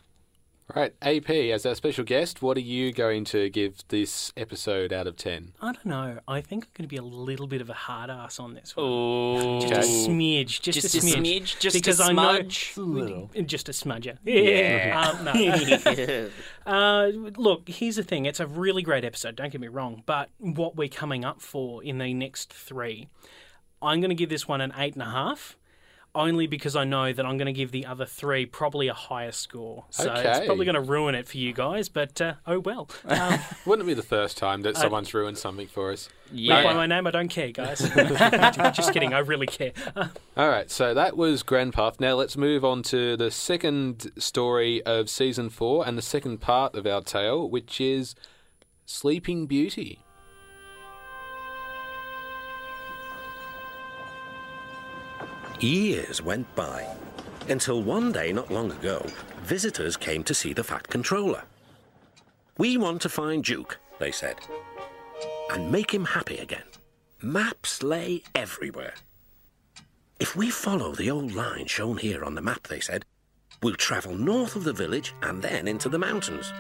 Speaker 3: Right, AP, as our special guest, what are you going to give this episode out of 10?
Speaker 5: I don't know. I think I'm going to be a little bit of a hard ass on this one.
Speaker 1: Ooh.
Speaker 5: Just a smidge. Just,
Speaker 1: Just
Speaker 5: a
Speaker 1: a
Speaker 5: smidge.
Speaker 1: smidge, just a
Speaker 5: because I
Speaker 1: smudge.
Speaker 5: Know, just a smudger. Yeah. Um, no. Uh, look, here's the thing. It's a really great episode, don't get me wrong, but what we're coming up for in the next three, I'm going to give this one an eight and a half, only because I know that I'm going to give the other three probably a higher score. So it's
Speaker 3: Okay.
Speaker 5: probably going to ruin it for you guys, but uh, oh well. Um,
Speaker 3: Wouldn't it be the first time that someone's ruined something for us?
Speaker 5: not
Speaker 1: yeah.
Speaker 5: by my name, I don't care, guys. Just kidding, I really care.
Speaker 3: All right, so that was Grandpath. Now let's move on to the second story of season four and the second part of our tale, which is Sleeping Beauty.
Speaker 6: Years went by until one day not long ago, visitors came to see the Fat Controller. We want to find Duke, they said, and make him happy again. Maps lay everywhere. If we follow the old line shown here on the map, they said, we'll travel north of the village and then into the mountains.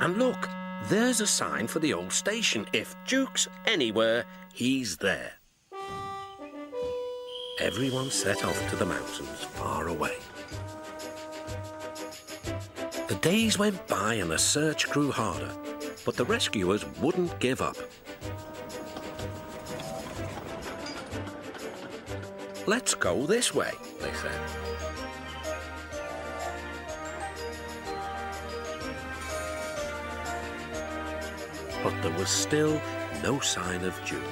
Speaker 6: And look, there's a sign for the old station. If Duke's anywhere, he's there. Everyone set off to the mountains far away. The days went by and the search grew harder, but the rescuers wouldn't give up. Let's go this way, they said. But there was still no sign of Duke.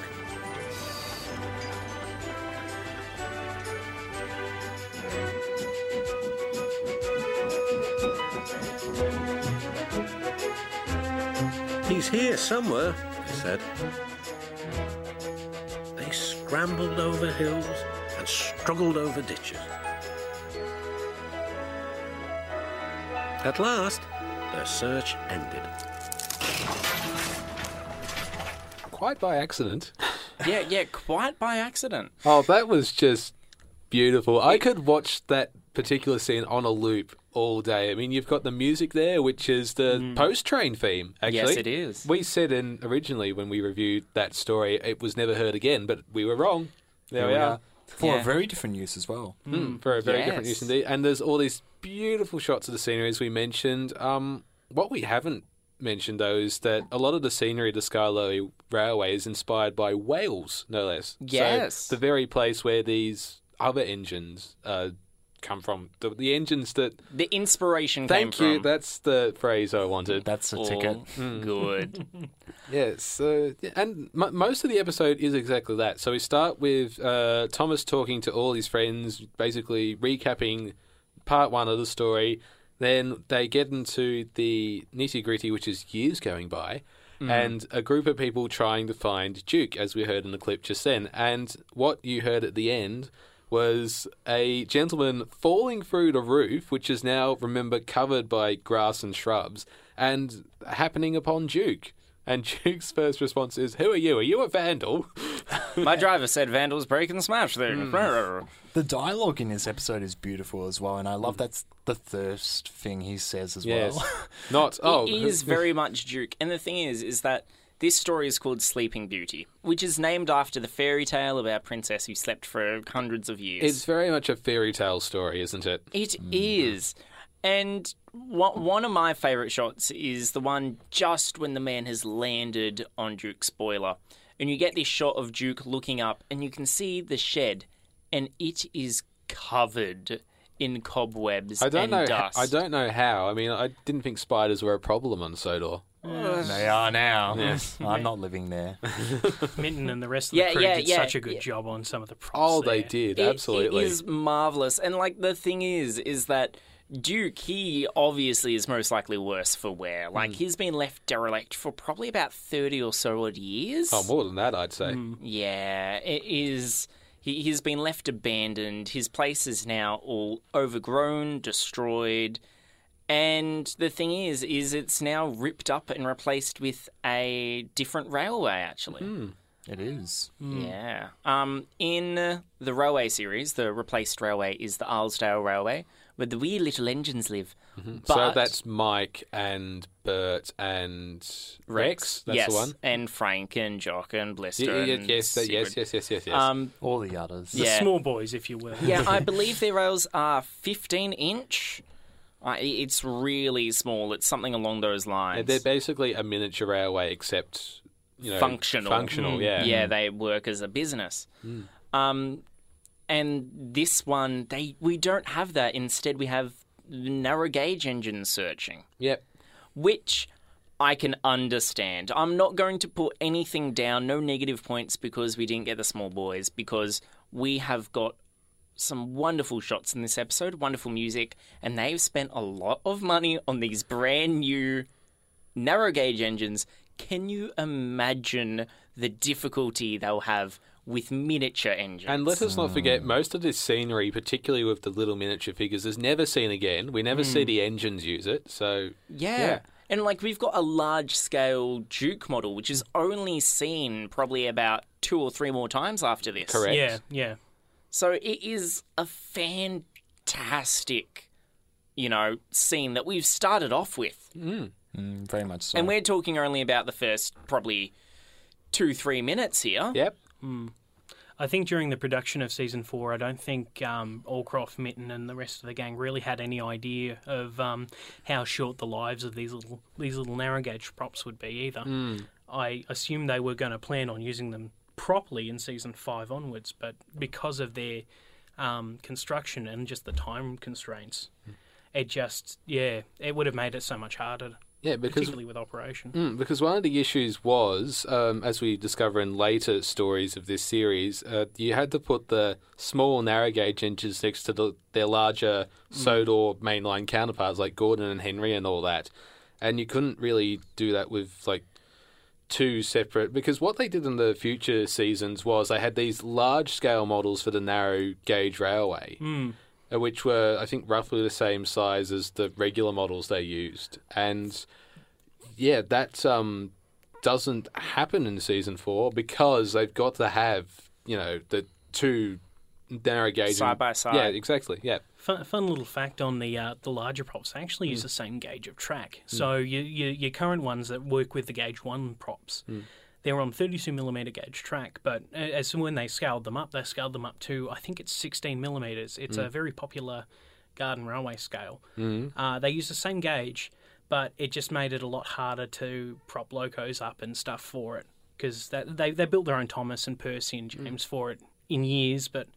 Speaker 6: He's here somewhere, they said. They scrambled over hills and struggled over ditches. At last, their search ended.
Speaker 3: Quite by accident.
Speaker 1: yeah, yeah, quite by accident.
Speaker 3: Oh, that was just beautiful. I could watch that particular scene on a loop all day. I mean, you've got the music there, which is the post train theme, actually.
Speaker 1: Mm. Yes, it is.
Speaker 3: We said in originally when we reviewed that story, it was never heard again, but we were wrong. There we are.
Speaker 4: For
Speaker 1: Yeah.
Speaker 4: a very different use as well.
Speaker 3: Mm, for a very different
Speaker 1: Yes.
Speaker 3: use indeed. And there's all these beautiful shots of the scenery as we mentioned. Um, what we haven't mentioned though is that a lot of the scenery of the Skylo Railway is inspired by Wales, no less. So
Speaker 1: Yes.
Speaker 3: the very place where these other engines uh, come from. The, the engines that.
Speaker 1: The inspiration
Speaker 3: Thank
Speaker 1: came
Speaker 3: you.
Speaker 1: from.
Speaker 3: That's the phrase I wanted.
Speaker 4: That's a
Speaker 1: All
Speaker 4: ticket.
Speaker 5: Hmm.
Speaker 1: Good.
Speaker 3: Yes, so yeah, and m- most of the episode is exactly that. So we start with uh, Thomas talking to all his friends, basically recapping part one of the story. Then they get into the nitty gritty, which is years going by, and a group of people trying to find Duke, as we heard in the clip just then. And what you heard at the end was a gentleman falling through the roof, which is now, remember, covered by grass and shrubs, and happening upon Duke. And Duke's first response is, Who are you? Are you a vandal?
Speaker 1: My driver said vandals break and smash there.
Speaker 5: Hmm.
Speaker 4: The dialogue in this episode is beautiful as well, and I love that's the thirst thing he says as well.
Speaker 3: Not, oh.
Speaker 1: It is very much Duke. And the thing is, is that This story is called Sleeping Beauty, which is named after the fairy tale about a princess who slept for hundreds of years.
Speaker 3: It's very much a fairy tale story, isn't it?
Speaker 1: It is. And one one of my favourite shots is the one just when the man has landed on Duke's boiler. And you get this shot of Duke looking up, and you can see the shed, and it is covered in cobwebs
Speaker 3: I don't
Speaker 1: and
Speaker 3: know.
Speaker 1: dust.
Speaker 3: I don't know how. I mean, I didn't think spiders were a problem on Sodor.
Speaker 4: They are now. I'm not living there.
Speaker 5: Minton and the rest of the
Speaker 1: Yeah,
Speaker 5: crew
Speaker 1: yeah,
Speaker 5: did
Speaker 1: yeah,
Speaker 5: such a good
Speaker 1: yeah.
Speaker 5: job on some of the props.
Speaker 3: Oh, they
Speaker 5: there.
Speaker 3: did
Speaker 1: It-
Speaker 3: absolutely.
Speaker 1: It is marvelous. And like the thing is, is that Duke, he obviously is most likely worse for wear.
Speaker 3: Mm.
Speaker 1: Like he's been left derelict for probably about thirty or so odd years.
Speaker 3: Oh, more than that, I'd say.
Speaker 1: Mm, Yeah, it is. He, he's been left abandoned. His place is now all overgrown, destroyed. And the thing is, is it's now ripped up and replaced with a different railway, actually.
Speaker 3: Hmm.
Speaker 4: It is.
Speaker 1: Yeah. Um, in the railway series, the replaced railway is the Arlesdale Railway, where the wee little engines live. But
Speaker 3: Mm-hmm. So that's Mike and Bert and Rex. That's
Speaker 1: yes,
Speaker 3: the one.
Speaker 1: and Frank and Jock and Blister.
Speaker 3: Y- y-
Speaker 1: and
Speaker 3: yes, that- yes,
Speaker 1: Sigrid.
Speaker 3: yes, yes, yes, yes.
Speaker 1: Um,
Speaker 4: All the others.
Speaker 5: The
Speaker 1: Yeah.
Speaker 5: small boys, if you will.
Speaker 1: yeah, I believe their rails are 15 inch. I, it's really small. It's something along those lines.
Speaker 3: They're basically a miniature railway, except you know,
Speaker 1: functional. Mm,
Speaker 3: Functional, yeah. Mm.
Speaker 1: Yeah, they work as a business. Um, and this one, they we don't have that. Instead, we have narrow gauge engine searching,
Speaker 3: Yep.
Speaker 1: which I can understand. I'm not going to put anything down, no negative points because we didn't get the small boys, because we have got some wonderful shots in this episode, wonderful music, and they've spent a lot of money on these brand new narrow gauge engines. Can you imagine the difficulty they'll have with miniature engines?
Speaker 3: And let us not forget, most of this scenery, particularly with the little miniature figures, is never seen again. We never see the engines use it. So
Speaker 1: yeah. And like we've got a large scale Duke model, which is only seen probably about two or three more times after this.
Speaker 3: Correct.
Speaker 5: yeah, yeah.
Speaker 1: So it is a fantastic, you know, scene that we've started off with.
Speaker 4: Mm, very much so.
Speaker 1: And we're talking only about the first probably two, three minutes here.
Speaker 3: Yep.
Speaker 5: I think during the production of season four, I don't think um, Allcroft, Mitten, and the rest of the gang really had any idea of um, how short the lives of these little these little narrow gauge props would be either. I assume they were going to plan on using them properly in season five onwards, but because of their um, construction and just the time constraints, it just yeah, it would have made it so much harder,
Speaker 3: Yeah, because
Speaker 5: particularly with operation.
Speaker 3: Mm, because one of the issues was, um, as we discover in later stories of this series, uh, you had to put the small narrow gauge engines next to the, their larger Sodor mainline counterparts like Gordon and Henry and all that, and you couldn't really do that with like two separate because what they did in the future seasons was they had these large scale models for the narrow gauge railway
Speaker 1: Hmm.
Speaker 3: uh, which were i think roughly the same size as the regular models they used and yeah that um, doesn't happen in season four because they've got to have you know the two narrow gauge
Speaker 1: Side by side.
Speaker 3: yeah exactly yeah
Speaker 5: Fun, fun little fact on the uh, the larger props. They actually use the same gauge of track. So you, you, your current ones that work with the gauge one props, they're on 32 millimeter gauge track. But a- as when they scaled them up, they scaled them up to I think it's 16 millimeters. It's
Speaker 3: Mm.
Speaker 5: a very popular garden railway scale.
Speaker 3: Mm-hmm.
Speaker 5: Uh, they use the same gauge, but it just made it a lot harder to prop locos up and stuff for it because they they built their own Thomas and Percy and
Speaker 3: Mm.
Speaker 5: James for it in years, but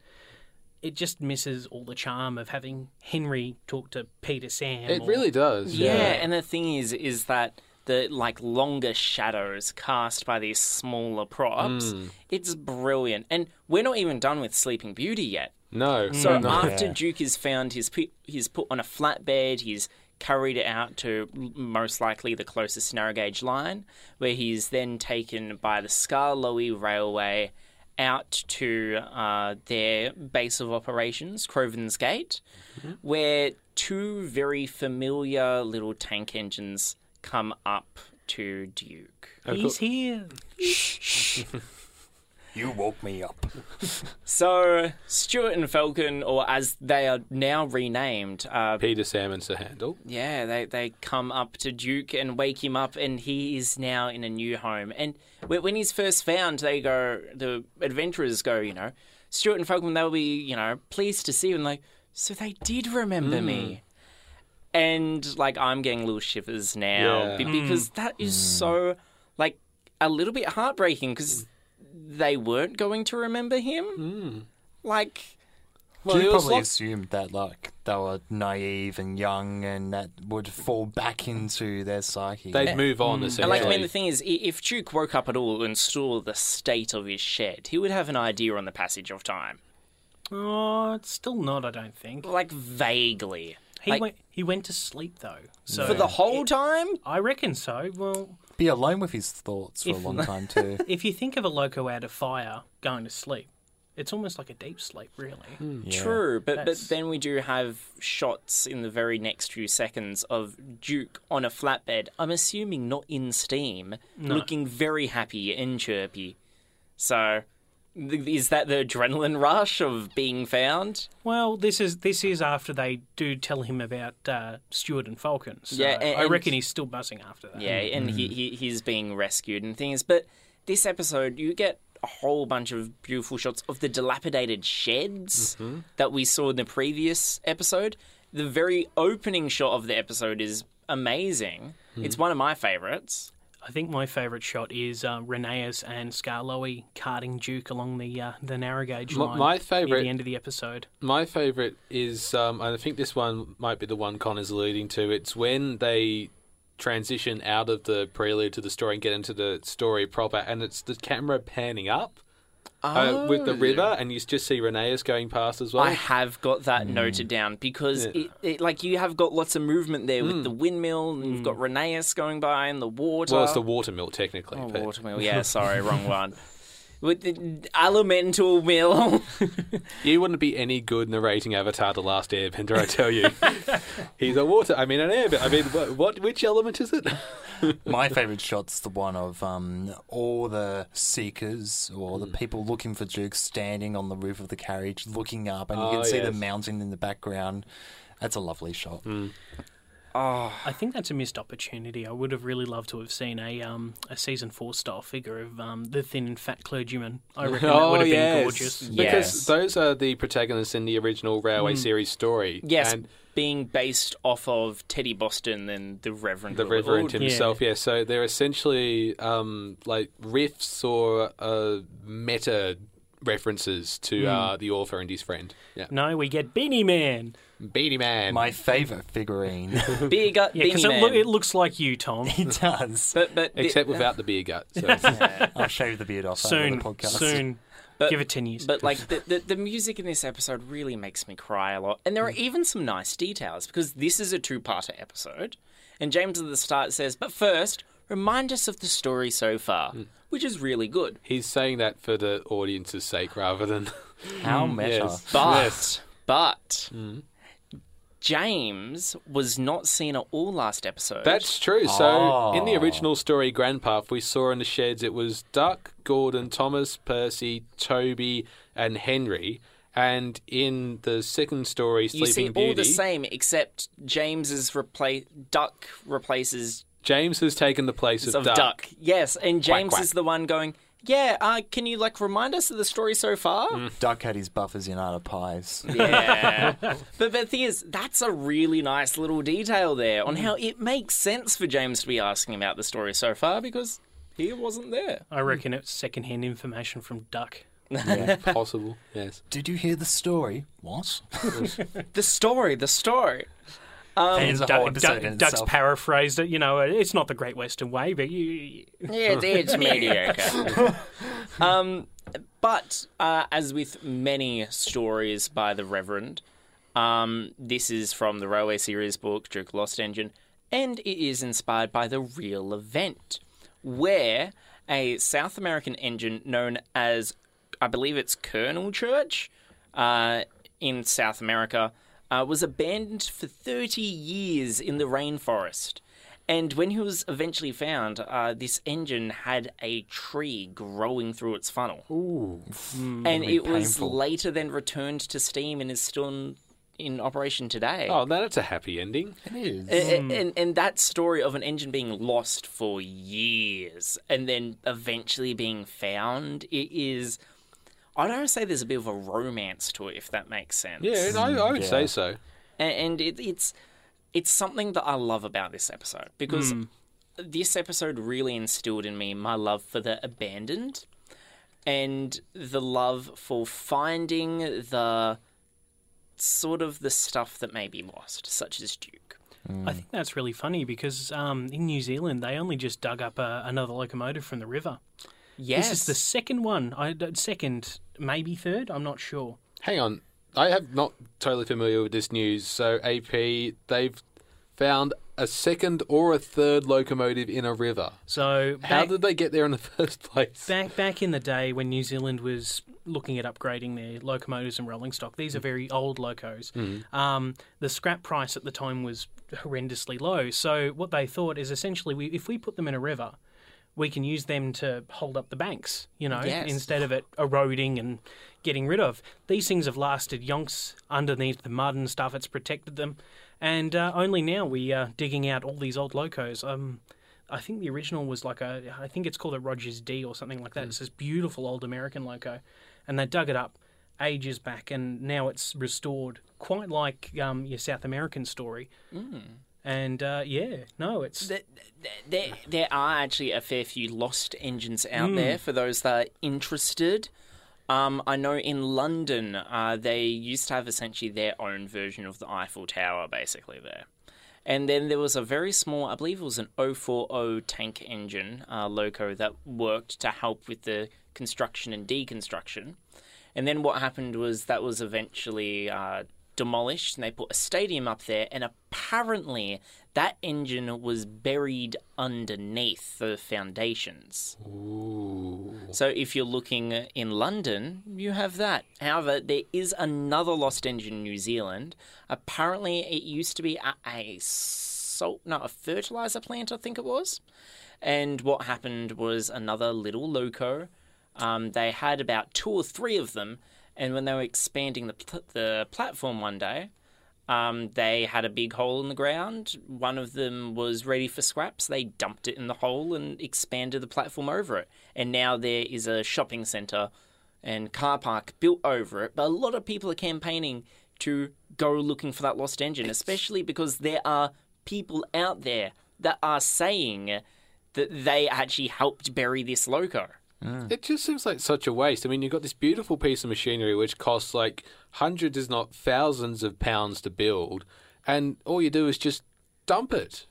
Speaker 5: it just misses all the charm of having Henry talk to Peter Sam.
Speaker 3: it
Speaker 5: or-
Speaker 3: really does
Speaker 1: Yeah, and the thing is, is that the like longer shadows cast by these smaller props, it's brilliant. And we're not even done with Sleeping Beauty yet.
Speaker 3: Mm, no
Speaker 1: So after Duke is found, he's put, he's put on a flatbed. He's carried out to l- most likely the closest narrow gauge line, where he's then taken by the Scarlowy Railway out to uh, their base of operations, Croven's Gate, where two very familiar little tank engines come up to Duke.
Speaker 5: he's here.
Speaker 4: You woke me up.
Speaker 1: So Stuart and Falcon, or as they are now renamed, uh,
Speaker 3: Peter Salmon's the handle.
Speaker 1: yeah, they they come up to Duke and wake him up, and he is now in a new home. And wh- when he's first found, they go, the adventurers go, you know, Stuart and Falcon, they'll be, you know, pleased to see you, and like, so they did remember me. And like, I'm getting little shivers now
Speaker 3: Yeah.
Speaker 1: be- because that is so like a little bit heartbreaking because they weren't going to remember him. Like,
Speaker 4: Well,
Speaker 3: it
Speaker 4: you
Speaker 3: was
Speaker 4: probably
Speaker 3: like-
Speaker 4: assumed that like they were naive and young, and that would fall back into their psyche.
Speaker 3: They'd move on
Speaker 1: Hmm. And
Speaker 3: essentially.
Speaker 1: like, I mean, the thing is, i- if Duke woke up at all and saw the state of his shed, he would have an idea on the passage of time,
Speaker 5: Oh, it's still not. I don't think
Speaker 1: like vaguely.
Speaker 5: he
Speaker 1: Like,
Speaker 5: went. He went to sleep though. So
Speaker 1: for the whole time.
Speaker 5: I reckon so. Well,
Speaker 4: be alone with his thoughts for a
Speaker 5: If-
Speaker 4: long time too.
Speaker 5: if you think of a loco out of fire going to sleep, it's almost like a deep sleep, really.
Speaker 1: Hmm. True, but
Speaker 5: That's-
Speaker 1: but then we do have shots in the very next few seconds of Duke on a flatbed. I'm assuming not in steam, looking very happy and chirpy. So, th- is that the adrenaline rush of being found?
Speaker 5: Well, this is this is after they do tell him about uh, Stewart and Falcon. So
Speaker 1: Yeah, a-
Speaker 5: I
Speaker 1: and-
Speaker 5: reckon he's still buzzing after that.
Speaker 1: Yeah, and
Speaker 3: Mm.
Speaker 1: he, he he's being rescued and things. But this episode, you get a whole bunch of beautiful shots of the dilapidated sheds
Speaker 3: Mm-hmm.
Speaker 1: that we saw in the previous episode. The very opening shot of the episode is amazing.
Speaker 3: Hmm.
Speaker 1: It's one of my favorites.
Speaker 5: I think my favourite shot is uh, Reneus and Scarlowe carting Duke along the uh, the narrow gauge
Speaker 3: My-
Speaker 5: line.
Speaker 3: my
Speaker 5: near
Speaker 3: favourite-
Speaker 5: the end of the episode.
Speaker 3: My favourite is, um, and I think this one might be the one Con is alluding to. It's when they transition out of the prelude to the story and get into the story proper, and it's the camera panning up uh, with the river, and you just see Reneus going past as well.
Speaker 1: Oh. I have got that
Speaker 3: Hmm.
Speaker 1: noted down because it, it, like you have got lots of movement there
Speaker 3: Hmm.
Speaker 1: with the windmill, and you've got Reneus going by and the water.
Speaker 3: well, it's the watermill technically.
Speaker 1: Oh,
Speaker 3: but
Speaker 1: watermill. Yeah, sorry, wrong one. With the elemental mill.
Speaker 3: You wouldn't be any good narrating Avatar: The Last Airbender, I tell you. He's a water. I mean, an airbender. I mean, what, what? Which element is it?
Speaker 4: My favorite shot's the one of um, all the seekers or the people looking for Duke standing on the roof of the carriage, looking up, and you
Speaker 3: Oh,
Speaker 4: can see the
Speaker 3: yes.
Speaker 4: mountain in the background. That's a lovely shot.
Speaker 1: Oh,
Speaker 5: I think that's a missed opportunity. I would have really loved to have seen a um, a season four style figure of um, the thin and fat clergyman. I reckon that would have been
Speaker 3: Oh,
Speaker 5: gorgeous. Mm.
Speaker 1: Oh,
Speaker 3: Because
Speaker 1: Yes.
Speaker 3: those are the protagonists in the original Railway series story.
Speaker 1: Yes,
Speaker 3: And
Speaker 1: being based off of Teddy Boston and the Reverend.
Speaker 3: the
Speaker 1: Lillard.
Speaker 3: Reverend
Speaker 1: Oh,
Speaker 3: himself, yeah. So they're essentially um, like riffs or uh, meta references to
Speaker 5: Mm.
Speaker 3: uh, the author and his friend. Yeah.
Speaker 5: No, we get Beanie Man.
Speaker 3: Beady Man.
Speaker 4: My favorite figurine.
Speaker 1: Beer gut,
Speaker 5: Yeah,
Speaker 1: Beanie
Speaker 5: because it,
Speaker 1: Man.
Speaker 5: loo- it looks like you, Tom.
Speaker 4: he does.
Speaker 1: but but
Speaker 3: Except without the beer gut. So.
Speaker 4: I'll shave the beard off after
Speaker 5: soon,
Speaker 4: the podcast.
Speaker 5: soon.
Speaker 1: But-
Speaker 5: Give it ten years.
Speaker 1: But like the, the the music in this episode really makes me cry a lot, and there are
Speaker 5: Mm.
Speaker 1: even some nice details because this is a two-parter episode, and James at the start says, "But first, remind us of the story so far,"
Speaker 3: Mm.
Speaker 1: which is really good.
Speaker 3: He's saying that for the audience's sake rather than.
Speaker 4: How meta.
Speaker 3: Mm, yes. Mm.
Speaker 1: But but James was not seen at all last episode.
Speaker 3: That's true. So in the original story, Grandpath, we saw in the sheds it was Duck, Gordon, Thomas, Percy, Toby, and Henry. And in the second story,
Speaker 1: you
Speaker 3: Sleeping
Speaker 1: see
Speaker 3: Beauty,
Speaker 1: all the same except James's replace Duck replaces
Speaker 3: James has taken the place of,
Speaker 1: of Duck. Yes, and James
Speaker 3: quack.
Speaker 1: is the one going. Yeah, uh, can you like remind us of the story so far?
Speaker 4: Duck had his buffers in out of pies.
Speaker 1: Mm-hmm. Yeah, but but the thing is, that's a really nice little detail there on how it makes sense for James to be asking about the story so far because he wasn't there.
Speaker 5: I reckon it's secondhand information from Duck.
Speaker 3: Possible, yes.
Speaker 4: Did you hear the story? What?
Speaker 1: The story, the story.
Speaker 4: There's a
Speaker 5: Duck-
Speaker 4: whole episode
Speaker 5: Duck-
Speaker 4: in
Speaker 5: Duck's
Speaker 4: itself.
Speaker 5: paraphrased it. You know, it's not the Great Western Way, but you,
Speaker 1: Yeah, it's, it's mediocre. um, but uh, as with many stories by the Reverend, um, this is from the Railway Series book, Duke Lost Engine, and it is inspired by the real event where a South American engine known as, I believe it's Colonel Church uh, in South America, uh, was abandoned for 30 years in the rainforest And when he was eventually found, uh, this engine had a tree growing through its funnel. and it was
Speaker 4: painful.
Speaker 1: later then returned to Steam and is still in, in operation today.
Speaker 3: Oh, hmm. now that's a happy ending.
Speaker 4: It is.
Speaker 1: A- a- And, and, that story of an engine being lost for years and then eventually being found, it is. I'd almost say there's a bit of a romance to it, if that makes sense.
Speaker 3: Yeah, I, I would say so.
Speaker 1: A- and it, it's it's something that I love about this episode because this episode really instilled in me my love for the abandoned and the love for finding the sort of the stuff that may be lost, such as Duke.
Speaker 5: I think that's really funny because um, in New Zealand they only just dug up a, another locomotive from the river.
Speaker 1: Yes,
Speaker 5: This is the second one. I d- second, maybe third. I'm not sure.
Speaker 3: Hang on, I have not totally familiar with this news. So AP, they've found a second or a third locomotive in a river.
Speaker 5: So
Speaker 3: How
Speaker 5: back,
Speaker 3: did they get there in the first place?
Speaker 5: back back in the day when New Zealand was looking at upgrading their locomotives and rolling stock, these are very old locos. Um, the scrap price at the time was horrendously low. So what they thought is essentially, we, if we put them in a river, we can use them to hold up the banks. You know,
Speaker 1: Yes.
Speaker 5: instead of it eroding and getting rid of. These things have lasted yonks underneath the mud and stuff. It's protected them, and uh, only now we are digging out all these old locos. Um, I think the original was like a, I think it's called a Rogers D or something like that. It's this beautiful old American loco, and they dug it up ages back, and now it's restored, quite like um, your South American story. And uh, yeah, no, it's
Speaker 1: Th- th- there, there are actually a fair few lost engines out there for those that are interested. Um, I know in London, uh, they used to have essentially their own version of the Eiffel Tower, basically, there. And then there was a very small, I believe it was an 040 tank engine uh, loco that worked to help with the construction and deconstruction. And then what happened was that was eventually uh, demolished, and they put a stadium up there. And apparently, that engine was buried underneath the foundations. So, if you're looking in London, you have that. However, there is another lost engine in New Zealand. Apparently, it used to be a, a salt, no, a fertilizer plant, I think it was. And what happened was another little loco. Um, they had about two or three of them, and when they were expanding the pl- the platform one day, um, they had a big hole in the ground. One of them was ready for scraps. They dumped it in the hole and expanded the platform over it. And now there is a shopping centre and car park built over it. But a lot of people are campaigning to go looking for that lost engine, especially because there are people out there that are saying that they actually helped bury this loco.
Speaker 3: It just seems like such a waste. I mean, you've got this beautiful piece of machinery which costs like hundreds, if not thousands, of pounds to build, and all you do is just dump it.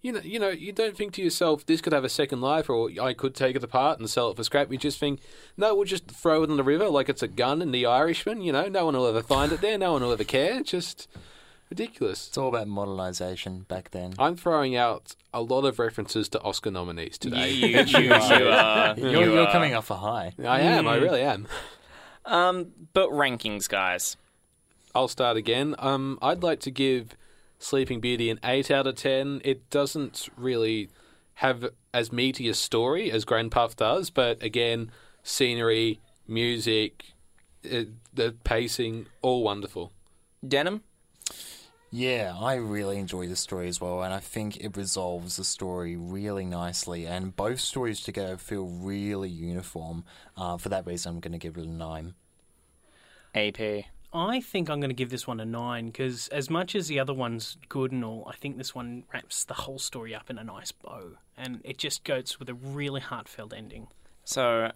Speaker 3: You know, you know, you don't think to yourself, "This could have a second life," or "I could take it apart and sell it for scrap." You just think, "No, we'll just throw it in the river like it's a gun." And the Irishman, you know, no one will ever find it there. No one will ever care. It's just ridiculous.
Speaker 4: It's all about modernization back then.
Speaker 3: I'm throwing out a lot of references to Oscar nominees today.
Speaker 4: You're, you're coming off a high.
Speaker 3: I am. I really am.
Speaker 1: But rankings, guys.
Speaker 3: I'll start again. Um, I'd like to give Sleeping Beauty an 8 out of 10. It doesn't really have as meaty a story as Grand Puff does, but again, scenery, music, uh the pacing, all wonderful.
Speaker 1: Denim?
Speaker 4: Yeah, I really enjoy this story as well, and I think it resolves the story really nicely. And both stories together feel really uniform. Uh, for that reason, I'm going to give it a nine.
Speaker 1: AP.
Speaker 5: I think I'm going to give this one a nine because, as much as the other one's good and all, I think this one wraps the whole story up in a nice bow, and it just goes with a really heartfelt ending.
Speaker 1: So,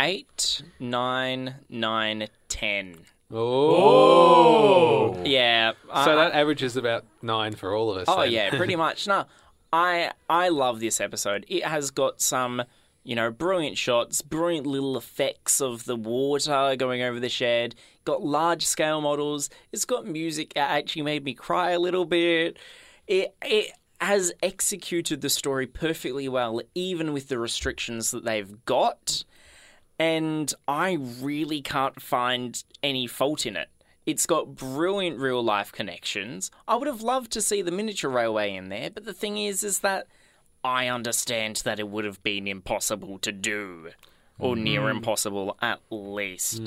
Speaker 1: eight, nine, nine, ten. Oh, yeah. I-
Speaker 3: So that averages about 9 for all of us.
Speaker 1: oh
Speaker 3: then.
Speaker 1: yeah, pretty much. No, I I love this episode. It has got some you know brilliant shots, brilliant little effects of the water going over the shed. Got large scale models. It's got music that actually made me cry a little bit. It it has executed the story perfectly well, even with the restrictions that they've got and I really can't find any fault in it. It's got brilliant real life connections. I would have loved to see the miniature railway in there, but the thing is, is that I understand that it would have been impossible to do, or near impossible at least.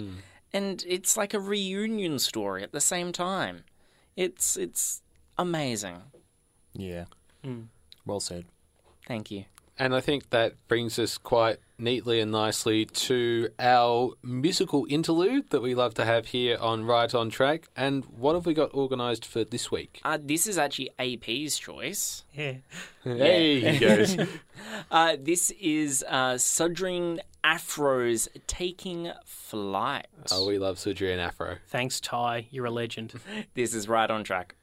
Speaker 1: And it's like a reunion story at the same time. It's it's amazing.
Speaker 4: Yeah. Well said.
Speaker 1: Thank you.
Speaker 3: And I think that brings us quite neatly and nicely to our musical interlude that we love to have here on Right on Track. And what have we got organised for this week?
Speaker 1: Uh, this is actually AP's choice.
Speaker 5: Yeah.
Speaker 3: Hey, he goes.
Speaker 1: Uh, this is uh, Sudrin Afro's Taking Flight.
Speaker 3: oh, we love Sudri and Afro.
Speaker 5: Thanks, Ty. You're a legend.
Speaker 1: This is right on track.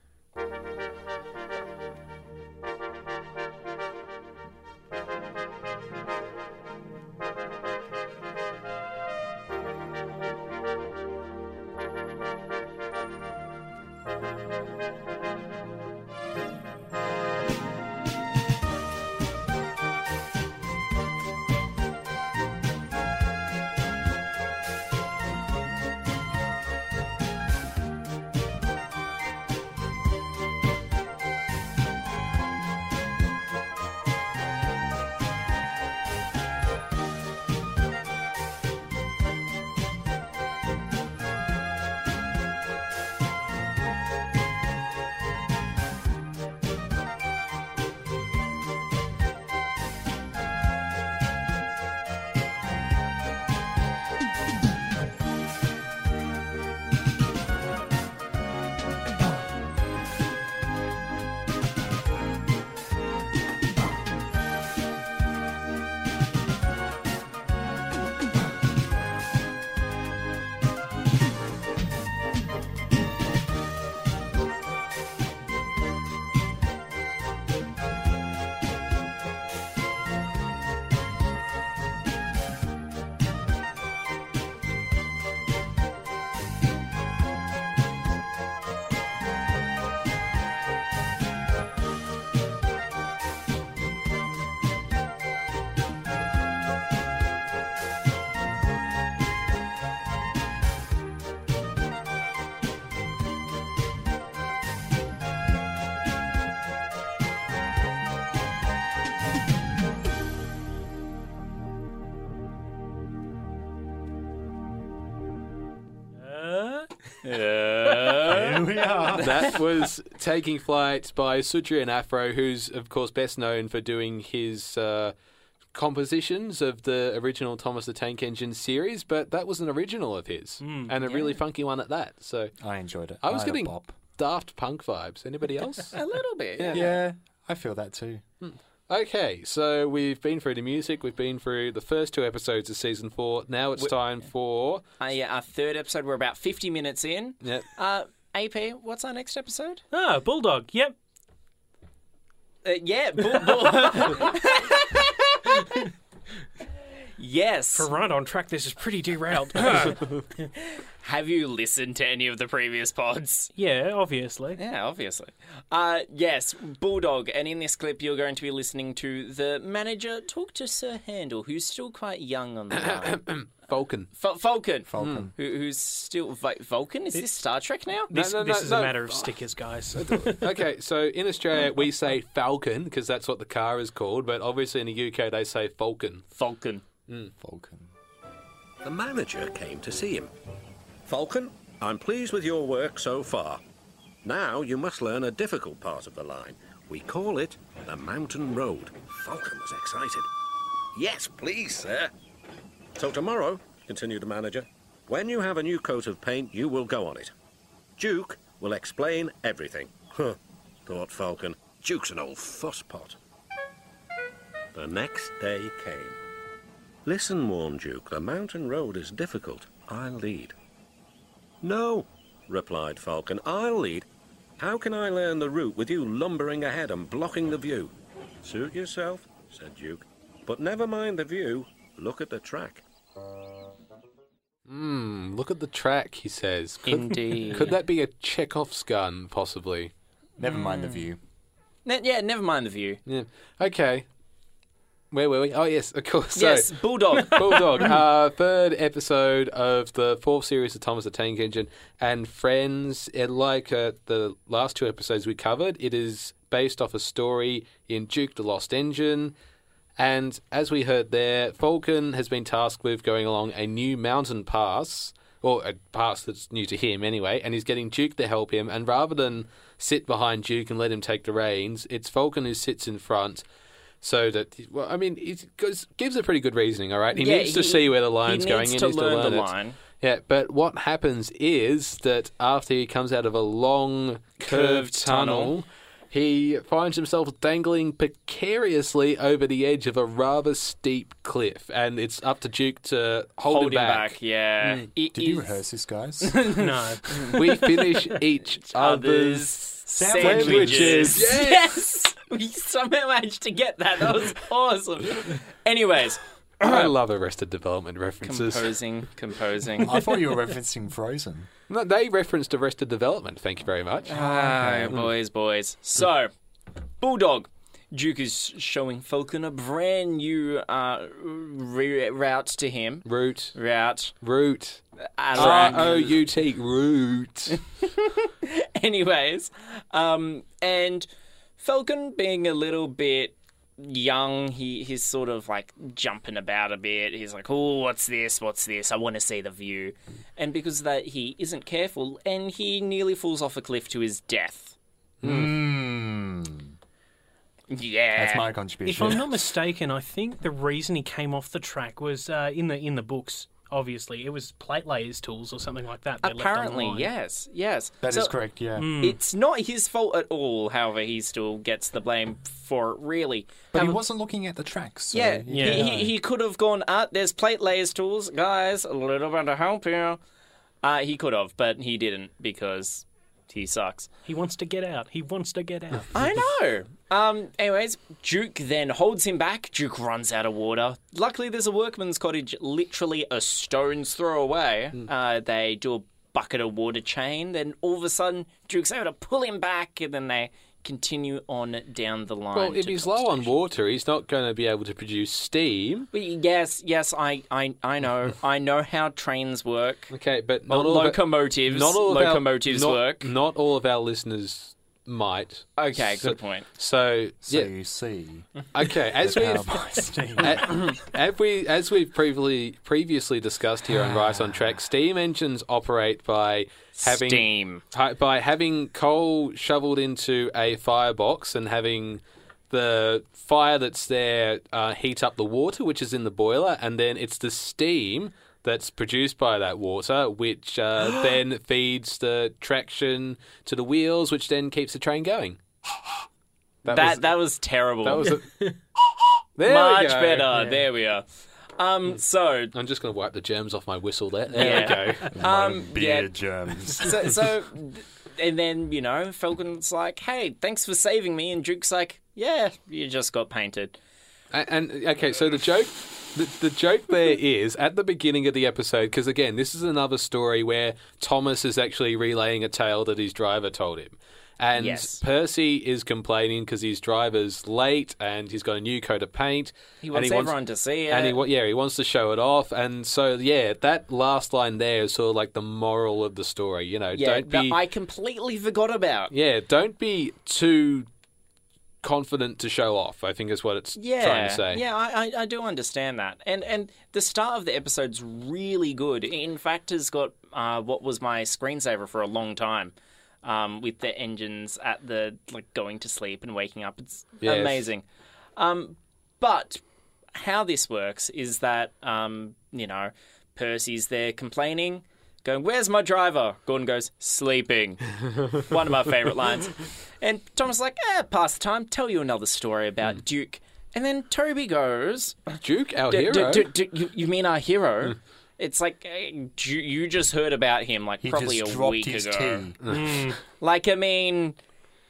Speaker 5: Uh,
Speaker 2: Here we are.
Speaker 3: that was Taking Flight by Sudri and Afro, who's, of course, best known for doing his uh, compositions of the original Thomas the Tank Engine series, but that was an original of his and a really funky one at that. So
Speaker 4: I enjoyed it.
Speaker 3: I was
Speaker 4: had a
Speaker 3: getting
Speaker 4: bop.
Speaker 3: Daft Punk vibes. Anybody else?
Speaker 1: A little bit.
Speaker 4: Yeah, I feel that too.
Speaker 3: okay, so we've been through the music, we've been through the first two episodes of season four. Now it's time for.
Speaker 1: Uh, yeah, our third episode, we're about 50 minutes in.
Speaker 3: Yep.
Speaker 1: Uh, AP, what's our next episode?
Speaker 5: ah, Bulldog. Yep.
Speaker 1: Uh, yeah, bull, bull. yes.
Speaker 5: For right on track, this is pretty derailed.
Speaker 1: Have you listened to any of the previous pods?
Speaker 5: yeah, obviously.
Speaker 1: Yeah, obviously. Uh, yes, Bulldog. And in this clip, you're going to be listening to the manager talk to Sir Handel, who's still quite young on the line.
Speaker 3: Vulcan.
Speaker 1: Fal- Falcon. Falcon. Who, who's still. Va- Vulcan? Is this Star Trek now?
Speaker 5: This,
Speaker 3: no,
Speaker 5: this
Speaker 3: no,
Speaker 5: is
Speaker 3: no.
Speaker 5: a matter of stickers, guys.
Speaker 3: okay, so in Australia we say Falcon because that's what the car is called, but obviously in the UK they say Falcon.
Speaker 1: Falcon.
Speaker 4: Vulcan.
Speaker 6: The manager came to see him. Falcon, I'm pleased with your work so far. Now you must learn a difficult part of the line. We call it the Mountain Road. Falcon was excited. Yes, please, sir. So tomorrow, continued the manager, when you have a new coat of paint, you will go on it. Duke will explain everything. Huh, thought Falcon. Duke's an old fusspot. The next day came. Listen, warned Duke, the mountain road is difficult. I'll lead. No, replied Falcon, I'll lead. How can I learn the route with you lumbering ahead and blocking the view? Suit yourself, said Duke. But never mind the view, look at the track.
Speaker 3: Mm, look at the track, he says. Could,
Speaker 1: Indeed.
Speaker 3: could that be a Chekhov's gun, possibly? Hmm.
Speaker 4: Never mind the view.
Speaker 1: Ne- yeah, never mind the view.
Speaker 3: Yeah. Okay. Where were we? Oh, yes, of course. So,
Speaker 1: yes, Bulldog.
Speaker 3: Bulldog, uh, third episode of the fourth series of Thomas the Tank Engine and Friends. And like uh, the last two episodes we covered, it is based off a story in Duke the Lost Engine. And as we heard there, Falcon has been tasked with going along a new mountain pass, or a pass that's new to him anyway, and he's getting Duke to help him. And rather than sit behind Duke and let him take the reins, it's Falcon who sits in front. So that, well, I mean, he goes, gives a pretty good reasoning, all right? He
Speaker 1: Yeah,
Speaker 3: needs to
Speaker 1: he-
Speaker 3: see where the line's
Speaker 1: he
Speaker 3: going.
Speaker 1: needs
Speaker 3: he
Speaker 1: to
Speaker 3: needs
Speaker 1: learn
Speaker 3: to learn
Speaker 1: the
Speaker 3: it.
Speaker 1: line.
Speaker 3: Yeah, but what happens is that after he comes out of a long curved,
Speaker 1: Curved
Speaker 3: tunnel,
Speaker 1: tunnel.
Speaker 3: he finds himself dangling precariously over the edge of a rather steep cliff, and it's up to Duke to hold,
Speaker 1: Hold him back. Yeah. It
Speaker 4: Did you
Speaker 1: is
Speaker 4: rehearse this, guys?
Speaker 5: no.
Speaker 3: We finish each
Speaker 1: Others.
Speaker 3: other's.
Speaker 1: Sandwiches.
Speaker 3: Sandwiches.
Speaker 1: Yes. We somehow managed to get that. That was awesome. Anyways,
Speaker 3: I love Arrested Development references.
Speaker 1: composing, composing.
Speaker 4: I thought you were referencing Frozen.
Speaker 3: No, they referenced Arrested Development. Thank you very much.
Speaker 1: Ah, boys, boys. So, Bulldog. Duke is showing Falcon a brand new uh, re- route to him.
Speaker 3: Root,
Speaker 1: Route.
Speaker 3: root,
Speaker 1: Uh,
Speaker 3: R
Speaker 1: route.
Speaker 3: O U T, root.
Speaker 1: Anyways, um, and Falcon being a little bit young, he he's sort of like jumping about a bit. He's like, "Oh, what's this? What's this? I want to see the view." And because of that, he isn't careful, and he nearly falls off a cliff to his death. Yeah,
Speaker 4: Hmm. That's my
Speaker 5: If
Speaker 4: contribution.
Speaker 5: I'm not mistaken, I think the reason he came off the track was uh, in the in the books. Obviously, it was plate layers tools or something like that. they left
Speaker 1: apparently
Speaker 5: online.
Speaker 1: yes, yes.
Speaker 4: That is
Speaker 1: So- Mm.
Speaker 4: correct, yeah.
Speaker 1: It's not his fault at all. However, he still gets the blame for it. Really,
Speaker 4: But he
Speaker 1: However-
Speaker 4: wasn't looking at the tracks. So
Speaker 1: Um, Yeah,
Speaker 4: you
Speaker 1: He,
Speaker 4: don't
Speaker 1: he,
Speaker 4: know.
Speaker 1: he could have gone, ah, there's plate layers tools, guys, a little bit of help here. Uh, he could have, but he didn't because he sucks.
Speaker 5: He wants to get out. He wants to get out.
Speaker 1: I know. Um, anyways, Duke then holds him back. Duke runs out of water. Luckily, there's a workman's cottage literally a stone's throw away. Uh, they do a bucket of water chain. Then all of a sudden, Duke's able to pull him back, and then they continue on down the line.
Speaker 3: Well, if
Speaker 1: to
Speaker 3: he's
Speaker 1: Costa.
Speaker 3: low on water, he's not going to be able to produce steam.
Speaker 1: But Yes, yes, I, I, I know. I know how trains work.
Speaker 3: Okay, but
Speaker 1: Well,
Speaker 3: not all of our-
Speaker 1: locomotives.
Speaker 3: not all of our-
Speaker 1: locomotives
Speaker 3: not-
Speaker 1: work.
Speaker 3: Not all of our listeners might.
Speaker 1: Okay,
Speaker 3: So-
Speaker 1: good point.
Speaker 3: So,
Speaker 4: So
Speaker 3: yeah,
Speaker 4: you see Um,
Speaker 3: okay. As
Speaker 4: the
Speaker 3: we
Speaker 4: power by steam.
Speaker 3: a- as we as we've previously previously discussed here on Rice on Track, steam engines operate by having
Speaker 1: Steam.
Speaker 3: hi- by having coal shoveled into a firebox and having the fire that's there uh, heat up the water, which is in the boiler, and then it's the steam that's produced by that water, which uh, then feeds the traction to the wheels, which then keeps the train going.
Speaker 1: That,
Speaker 3: was-
Speaker 1: that was terrible.
Speaker 3: That was a... There we
Speaker 1: much
Speaker 3: go.
Speaker 1: better. There we are. Um. So.
Speaker 3: I'm just going to wipe the germs off my whistle there. There
Speaker 1: Yeah.
Speaker 3: we go.
Speaker 1: Um. Yeah.
Speaker 4: germs.
Speaker 1: So. so and then you know, Falcon's like, "Hey, thanks for saving me," and Duke's like, "Yeah, you just got painted."
Speaker 3: And, and okay, so the joke, the, the joke there is at the beginning of the episode because again, this is another story where Thomas is actually relaying a tale that his driver told him, and
Speaker 1: Yes.
Speaker 3: Percy is complaining because his driver's late and he's got a new coat of paint.
Speaker 1: He wants
Speaker 3: and
Speaker 1: everyone to see it.
Speaker 3: And he, wa- yeah, he wants to show it off, and so yeah, that last line there is sort of like the moral of the story. You know,
Speaker 1: yeah,
Speaker 3: don't
Speaker 1: that
Speaker 3: be
Speaker 1: I completely forgot about.
Speaker 3: yeah, don't be too confident to show off. I think is what it's
Speaker 1: yeah,
Speaker 3: trying to say.
Speaker 1: Yeah, I, I, I do understand that. And and the start of the episode's really good. In fact, has got uh, what was my screensaver for a long time. Um, with the engines at the like going to sleep and waking up, it's
Speaker 3: Yes.
Speaker 1: amazing. Um, but how this works is that um, you know Percy's there complaining, going, "Where's my driver?" Gordon goes, "Sleeping." One of my favorite lines. And Thomas is like, eh, pass the time. Tell you another story
Speaker 4: Hmm.
Speaker 1: about Duke. And then Toby goes,
Speaker 3: Duke, our
Speaker 1: "D- d-
Speaker 3: hero.
Speaker 1: d- d- you- You mean our
Speaker 4: Hmm.
Speaker 1: hero? It's like eh, you you just heard about him like
Speaker 4: He
Speaker 1: probably
Speaker 4: just
Speaker 1: a
Speaker 4: dropped
Speaker 1: week
Speaker 4: his
Speaker 1: ago.
Speaker 4: tea.
Speaker 1: Like, I mean,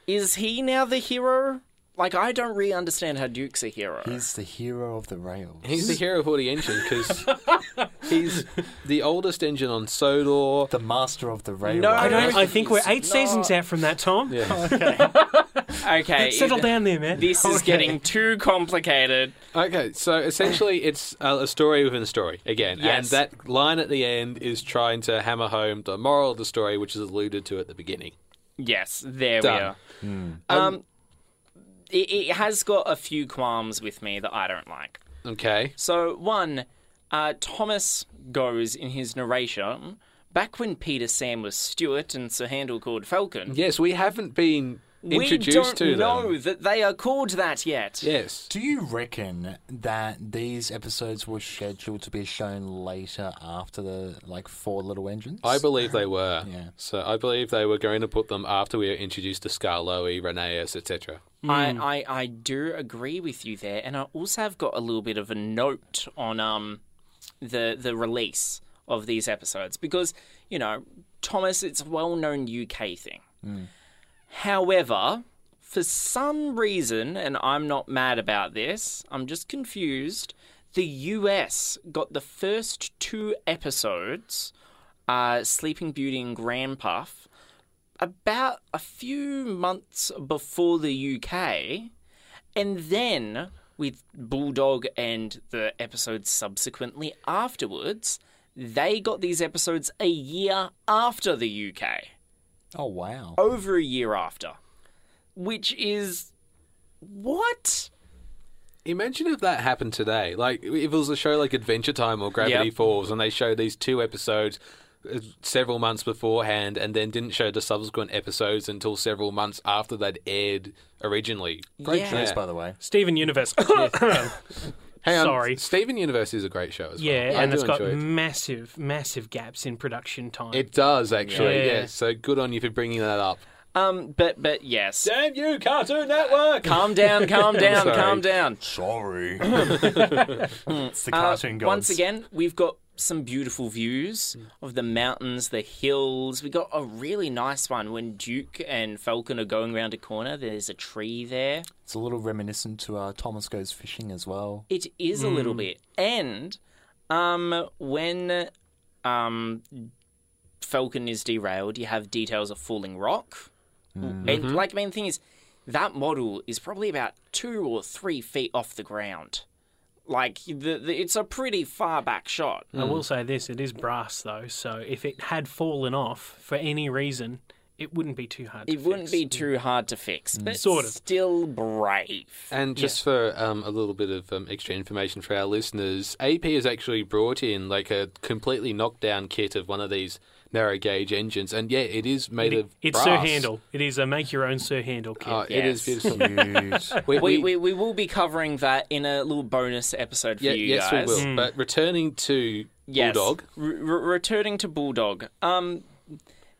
Speaker 1: is he now the hero? Like, I don't really understand how Duke's a hero.
Speaker 4: He's the hero of the rails.
Speaker 3: He's the hero for the engine because he's the oldest engine on Sodor.
Speaker 4: the master of the railway.
Speaker 1: No,
Speaker 5: I don't. I
Speaker 1: he's
Speaker 5: think we're eight
Speaker 1: not-
Speaker 5: seasons out from that, Tom.
Speaker 3: Yeah.
Speaker 1: Okay.
Speaker 5: Settle down there, man.
Speaker 1: This is getting too complicated.
Speaker 3: Okay, so essentially it's a, a story within a story again,
Speaker 1: Yes.
Speaker 3: and that line at the end is trying to hammer home the moral of the story, which is alluded to at the beginning.
Speaker 1: Yes, there we
Speaker 3: Done.
Speaker 1: are.
Speaker 4: Hmm.
Speaker 1: Um, it, it has got a few qualms with me that I don't like.
Speaker 3: Okay,
Speaker 1: So, one, uh, Thomas goes in his narration back when Peter Sam was Stuart and Sir Handel called Falcon.
Speaker 3: yes, we haven't been introduced
Speaker 1: we don't
Speaker 3: to
Speaker 1: know
Speaker 3: them.
Speaker 1: that they are called that yet.
Speaker 3: Yes,
Speaker 4: Do you reckon that these episodes were scheduled to be shown later after the like four little engines?
Speaker 3: I believe they were.
Speaker 4: Yeah.
Speaker 3: So I believe they were going to put them after we were introduced to Scarlowe, Reneas, etc.
Speaker 1: I, I, I do agree with you there, and I also have got a little bit of a note on um the the release of these episodes because you know Thomas, it's a well known UK thing. However, for some reason, and I'm not mad about this, I'm just confused. The US got the first two episodes, uh, Sleeping Beauty and Grandpuff, about a few months before the UK, and then with Bulldog and the episodes subsequently afterwards, they got these episodes a year after the UK,
Speaker 4: Oh wow!
Speaker 1: over a year after, which is what?
Speaker 3: Imagine if that happened today. Like if it was a show like Adventure Time or Gravity
Speaker 1: Yep.
Speaker 3: Falls, and they show these two episodes uh, several months beforehand, and then didn't show the subsequent episodes until several months after they'd aired originally.
Speaker 4: Great
Speaker 1: Yeah.
Speaker 4: choice, by the way.
Speaker 5: Steven Universe.
Speaker 3: Hang on,
Speaker 5: Sorry.
Speaker 3: um, Steven Universe is a great show as well.
Speaker 5: Yeah,
Speaker 3: I
Speaker 5: and
Speaker 3: do
Speaker 5: it's got
Speaker 3: enjoy it.
Speaker 5: massive, massive gaps in production time.
Speaker 3: It does actually.
Speaker 5: Yeah.
Speaker 3: Yeah. So good on you for bringing that up.
Speaker 1: Um, but but yes,
Speaker 3: Damn you, Cartoon Network!
Speaker 1: calm down, calm down,
Speaker 3: Sorry.
Speaker 1: calm down.
Speaker 4: Sorry. it's the
Speaker 1: Uh,
Speaker 4: cartoon gods.
Speaker 1: Once again, we've got some beautiful views of the mountains, the hills. We got a really nice one when Duke and Falcon are going round a corner. There's a tree there.
Speaker 4: it's a little reminiscent to uh, Thomas Goes Fishing as well.
Speaker 1: It is a little bit. And um, when um, Falcon is derailed, you have details of falling rock. And like main thing is, that model is probably about two or three feet off the ground. Like the, the, it's a pretty far back shot.
Speaker 5: I will say this: it is brass, though. So if it had fallen off for any reason, it wouldn't be too hard.
Speaker 1: It
Speaker 5: to
Speaker 1: wouldn't
Speaker 5: fix.
Speaker 1: be too hard to fix, but
Speaker 5: Sort of.
Speaker 1: still brave.
Speaker 3: And just for um, a little bit of um, extra information for our listeners, AP has actually brought in like a completely knockdown kit of one of these narrow gauge engines, and yeah, it is made
Speaker 5: It-
Speaker 3: of
Speaker 5: it's
Speaker 3: brass.
Speaker 5: Sir Handle. It is a make your own Sir Handle kit.
Speaker 3: Oh, It is
Speaker 1: Yes.
Speaker 3: beautiful.
Speaker 4: Cute.
Speaker 1: We,
Speaker 3: We- we-
Speaker 1: we, we will be covering that in a little bonus episode for
Speaker 3: yeah,
Speaker 1: you
Speaker 3: yes,
Speaker 1: guys. Mm.
Speaker 3: we will.
Speaker 5: Hmm.
Speaker 3: But returning to
Speaker 1: Yes.
Speaker 3: Bulldog,
Speaker 1: R- r- returning to Bulldog. Um,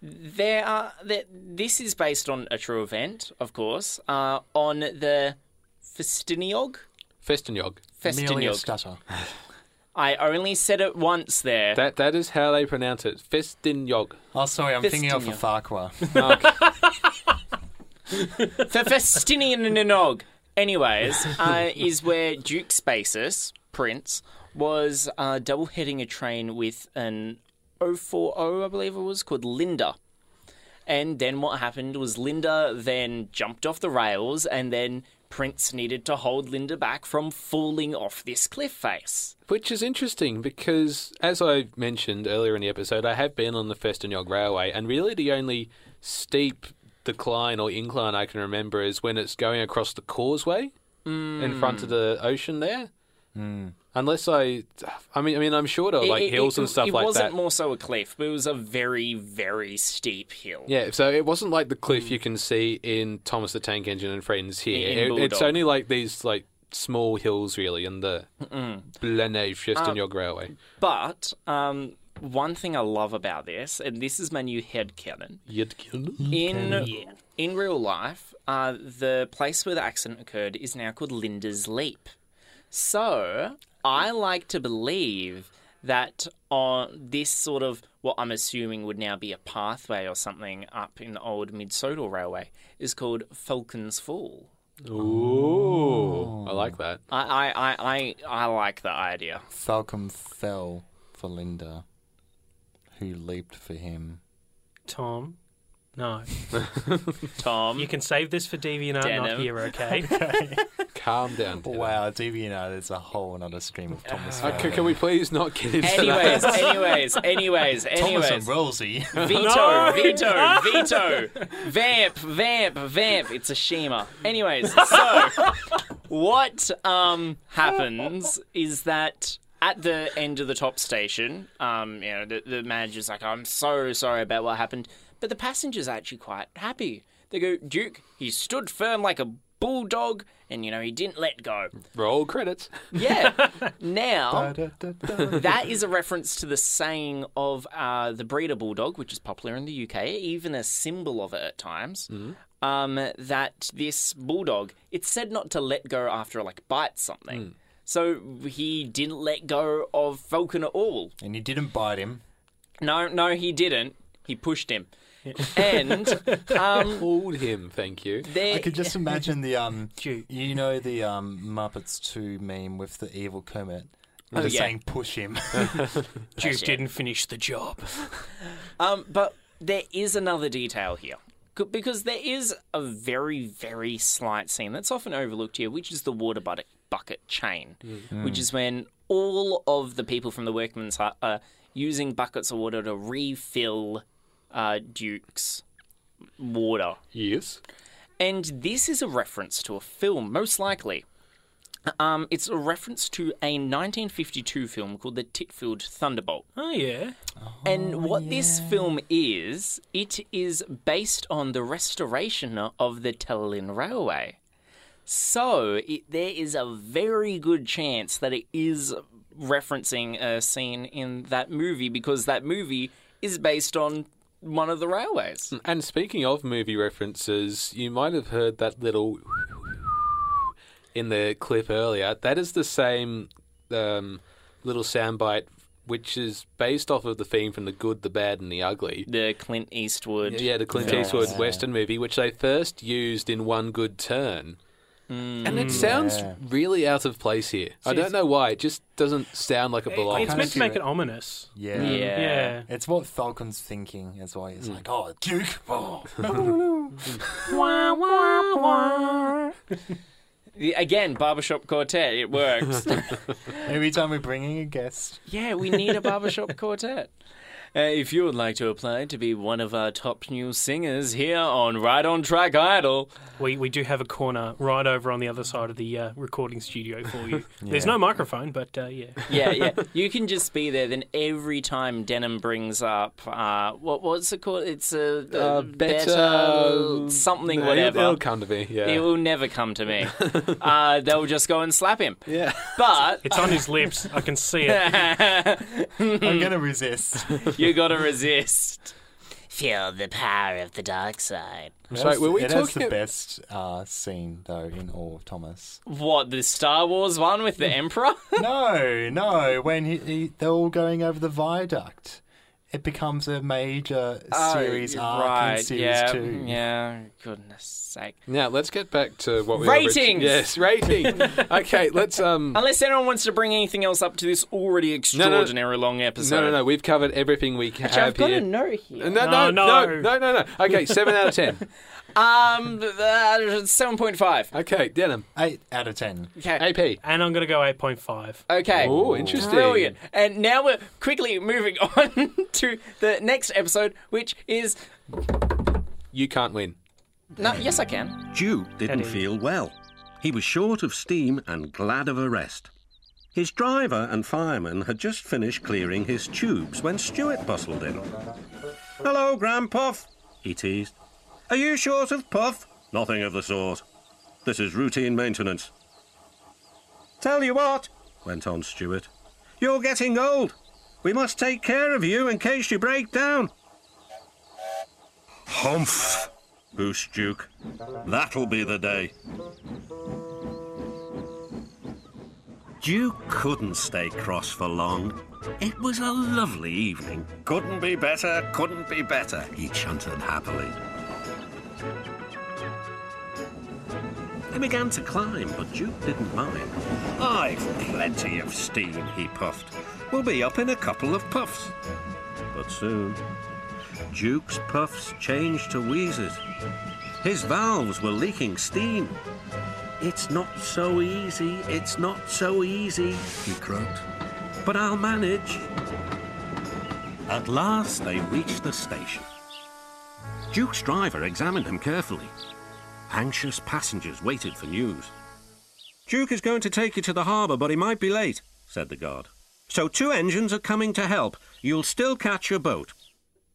Speaker 1: there are there, this is based on a true event, of course, uh, on the Festiniog.
Speaker 3: Festiniog.
Speaker 4: Merely a
Speaker 1: Festiniog.
Speaker 4: stutter.
Speaker 1: I only said it once there.
Speaker 3: That that is how they pronounce it. Festiniog.
Speaker 4: Oh, sorry, I'm thinking of a Farquhar.
Speaker 1: The Festinianog, anyways, uh, is where Duke Spaces, Prince, was uh, double heading a train with an 040, I believe it was, called Linda. And then what happened was Linda then jumped off the rails, and then Prince needed to hold Linda back from falling off this cliff face.
Speaker 3: Which is interesting because, as I mentioned earlier in the episode, I have been on the Festiniog Railway, and really the only steep decline or incline I can remember is when it's going across the causeway in front of the ocean there. Unless I, I mean, I mean, I'm sure there are like
Speaker 1: It- it-
Speaker 3: hills
Speaker 1: it-
Speaker 3: and stuff
Speaker 1: it
Speaker 3: like
Speaker 1: wasn't
Speaker 3: that.
Speaker 1: more so a cliff, but it was a very, very steep hill.
Speaker 3: yeah, so it wasn't like the cliff you can see in Thomas the Tank Engine and Friends here.
Speaker 1: Hmm. In- in
Speaker 3: It- it's
Speaker 1: Bulldog.
Speaker 3: only like these like small hills really in the Blenheim Festiniog
Speaker 1: Uh,
Speaker 3: Railway.
Speaker 1: But um, one thing I love about this, and this is my new headcanon, in in real life, uh, the place where the accident occurred is now called Linda's Leap. So I like to believe that on this sort of what I'm assuming would now be a pathway or something up in the old Mid Sodal Railway is called Falcon's Fall.
Speaker 3: Ooh, I like that.
Speaker 1: I, I, I, I, I like the idea.
Speaker 4: Falcom fell for Linda, who leaped for him.
Speaker 5: Tom. No.
Speaker 1: Tom.
Speaker 5: You can save this for DeviantArt,
Speaker 1: Denim.
Speaker 5: not here, okay?
Speaker 3: Calm down. Peter.
Speaker 4: Wow, DeviantArt is a whole another stream of Thomas.
Speaker 3: Uh, can, can we please not get into that?
Speaker 1: anyways, anyways, anyways,
Speaker 4: Thomas and
Speaker 1: anyways.
Speaker 4: Rosie.
Speaker 1: Veto, veto, veto. Vamp, vamp, vamp. It's a Shima. Anyways, so what um happens is that at the end of the top station, um, you know, the, the manager's like, I'm so sorry about what happened. But the passenger's actually quite happy. They go, Duke, he stood firm like a bulldog and, you know, he didn't let go.
Speaker 3: Roll credits.
Speaker 1: Yeah. now, that is a reference to the saying of uh, the breeder bulldog, which is popular in the UK, even a symbol of it at times. Um, that this bulldog, it's said not to let go after like bites something. So he didn't let go of Falcon at all.
Speaker 4: and you didn't bite him.
Speaker 1: No, no, he didn't. He pushed him, and um,
Speaker 3: Called him, thank you.
Speaker 1: there.
Speaker 4: I could just imagine the um,
Speaker 5: Cute.
Speaker 4: you know the um Muppets Two meme with the evil Kermit.
Speaker 1: Oh,
Speaker 4: just
Speaker 1: yeah.
Speaker 4: saying, push him.
Speaker 5: Duke didn't finish the job.
Speaker 1: Um, but there is another detail here. C- Because there is a very, very slight scene that's often overlooked here, which is the water bucket, bucket chain, which is when all of the people from the workman's hut are using buckets of water to refill uh, Duke's water.
Speaker 3: Yes.
Speaker 1: And this is a reference to a film, most likely. Um, it's a reference to a 1952 film called The Titfield Thunderbolt.
Speaker 5: Oh, yeah.
Speaker 1: And what this film is, it is based on the restoration of the Tallinn Railway. So it, there is a very good chance that it is referencing a scene in that movie because that movie is based on one of the railways.
Speaker 3: And speaking of movie references, you might have heard that little in the clip earlier. That is the same um, little soundbite, which is based off of the theme from The Good, the Bad, and the Ugly.
Speaker 1: The Clint Eastwood.
Speaker 3: Yeah, the Clint Eastwood Western movie, which they first used in One Good Turn. And it sounds
Speaker 4: Yeah.
Speaker 3: really out of place here. I
Speaker 5: See,
Speaker 3: don't know why. It just doesn't sound like it belongs.
Speaker 5: It's meant to
Speaker 4: see
Speaker 5: make
Speaker 4: it.
Speaker 5: it ominous.
Speaker 4: yeah.
Speaker 1: Yeah.
Speaker 5: Yeah.
Speaker 4: It's what Falcon's thinking as well.
Speaker 3: Hmm.
Speaker 4: He's like, oh, Duke. Oh.
Speaker 1: Again, barbershop quartet. It works.
Speaker 4: Every time we're bringing a guest.
Speaker 1: Yeah, we need a barbershop quartet. Uh, if you would like to apply to be one of our top new singers here on Right on Track Idol,
Speaker 5: We, we do have a corner right over on the other side of the uh, recording studio for you. There's no microphone, but uh, yeah.
Speaker 1: yeah, yeah, you can just be there. Then every time Denim brings up, uh, what what's it called? It's a, a
Speaker 3: Uh,
Speaker 1: better something,
Speaker 3: It'll-
Speaker 1: whatever.
Speaker 3: It'll come to me. Yeah.
Speaker 1: It will never come to me. uh, they'll just go and slap him.
Speaker 3: yeah.
Speaker 1: But
Speaker 5: It's on his lips. I can see it.
Speaker 4: I'm going to resist.
Speaker 1: you gotta resist. Feel the power of the dark side.
Speaker 3: Sorry, were we
Speaker 4: it has
Speaker 3: talking
Speaker 4: the
Speaker 3: ab-
Speaker 4: best uh, scene, though, in all of Thomas.
Speaker 1: What the Star Wars one with the Emperor?
Speaker 4: no, no. When he, he, they're all going over the viaduct, it becomes a major
Speaker 3: Ah,
Speaker 1: Uh,
Speaker 4: series arc in Series
Speaker 1: yeah, mm,
Speaker 4: 2.
Speaker 3: mm,
Speaker 1: Yeah, goodness sake.
Speaker 3: Now let's get back to what we
Speaker 1: Ratings!
Speaker 3: Were yes, rating. okay, let's um.
Speaker 1: Unless anyone wants to bring anything else up to this already extraordinary long episode.
Speaker 3: No, no, no. We've covered everything we have
Speaker 1: I've got
Speaker 3: here.
Speaker 1: a note here.
Speaker 3: No, no, no,
Speaker 5: No,
Speaker 3: no,
Speaker 5: no.
Speaker 3: no, no, Okay, seven out of ten.
Speaker 1: Um, uh, seven point five.
Speaker 3: Okay, denim.
Speaker 4: 8 out of 10.
Speaker 1: Okay.
Speaker 3: AP.
Speaker 5: And I'm going to go 8.5.
Speaker 1: Okay.
Speaker 3: Oh, interesting.
Speaker 1: Brilliant. And now we're quickly moving on to the next episode, which is
Speaker 3: You can't win.
Speaker 1: no. Yes, I can.
Speaker 6: Duke didn't feel well. He was short of steam and glad of a rest. His driver and fireman had just finished clearing his tubes when Stuart bustled in. Hello, Grandpuff, he teased. Are you short of puff? Nothing of the sort. This is routine maintenance. Tell you what, went on Stuart, you're getting old. We must take care of you in case you break down. Humph, Goose Duke. That'll be the day. Duke couldn't stay cross for long. It was a lovely evening. Couldn't be better, couldn't be better, he chanted happily. He began to climb, but Duke didn't mind. I've plenty of steam, he puffed. We'll be up in a couple of puffs. But soon, Duke's puffs changed to wheezes. His valves were leaking steam. It's not so easy, it's not so easy, he croaked. But I'll manage. At last, they reached the station. Duke's driver examined them carefully. Anxious passengers waited for news. Duke is going to take you to the harbour, but he might be late, said the guard. So two engines are coming to help. You'll still catch your boat.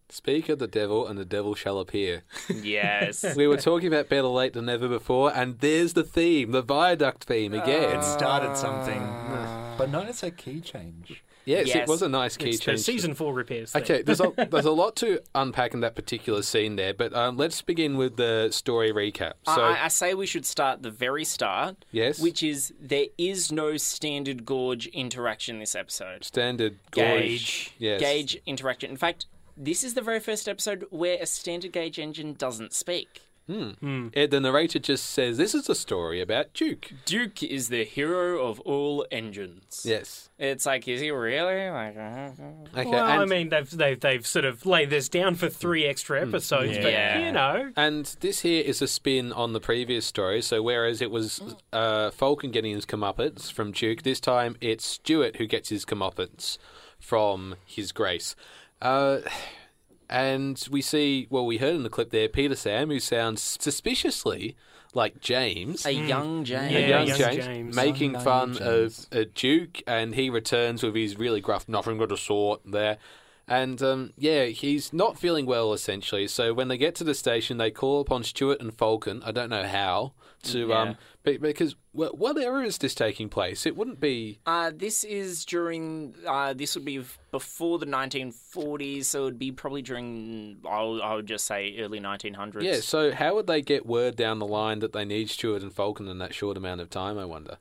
Speaker 3: Speak of the devil, and the devil shall appear.
Speaker 1: Yes.
Speaker 3: we were talking about better late than never before, and there's the theme, the viaduct theme again.
Speaker 5: Uh,
Speaker 4: It started something,
Speaker 3: Ah.
Speaker 4: but notice a key change.
Speaker 3: yes,
Speaker 1: Yes.
Speaker 3: it was a nice key
Speaker 5: It's the
Speaker 3: change.
Speaker 5: season four repairs. Thing.
Speaker 3: Okay, there's a, there's a lot to unpack in that particular scene there, but um, let's begin with the story recap. So,
Speaker 1: I, I say we should start the very start.
Speaker 3: Yes.
Speaker 1: Which is there is no standard gorge interaction this episode.
Speaker 3: standard
Speaker 1: Gauge.
Speaker 3: gauge. Yes.
Speaker 1: Gauge interaction. In fact, this is the very first episode where a standard gauge engine doesn't speak.
Speaker 3: Uh, the narrator just says, This is a story about Duke.
Speaker 1: Duke is the hero of all engines.
Speaker 3: Yes.
Speaker 1: It's like, is he really? Like, uh,
Speaker 3: Okay.
Speaker 5: Well, I
Speaker 3: and-
Speaker 5: mean, they've, they've they've sort of laid this down for three extra episodes, but
Speaker 1: Mm, Yeah.
Speaker 5: you know,
Speaker 3: And this here is a spin on the previous story. So whereas it was uh, Falcon getting his comeuppance from Duke, this time it's Stuart who gets his comeuppance from His Grace. Uh, and we see, well, we heard in the clip there, Peter Sam, who sounds suspiciously like James.
Speaker 1: Hmm. a young James.
Speaker 5: Yeah,
Speaker 3: a young,
Speaker 5: young
Speaker 3: James,
Speaker 5: James.
Speaker 3: making
Speaker 4: Young
Speaker 3: fun
Speaker 4: James.
Speaker 3: of uh, Duke, and he returns with his really gruff nothing good a sort there. And um, yeah, he's not feeling well essentially. So when they get to the station, they call upon Stuart and Falcon. I don't know how to
Speaker 1: Yeah.
Speaker 3: um be- because wh- what era is this taking place? It wouldn't be
Speaker 1: Uh, this is during. Uh, this would be before the 1940s, so it would be probably during. I'll, I would just say early 1900s.
Speaker 3: yeah. So how would they get word down the line that they need Stuart and Falcon in that short amount of time? I wonder.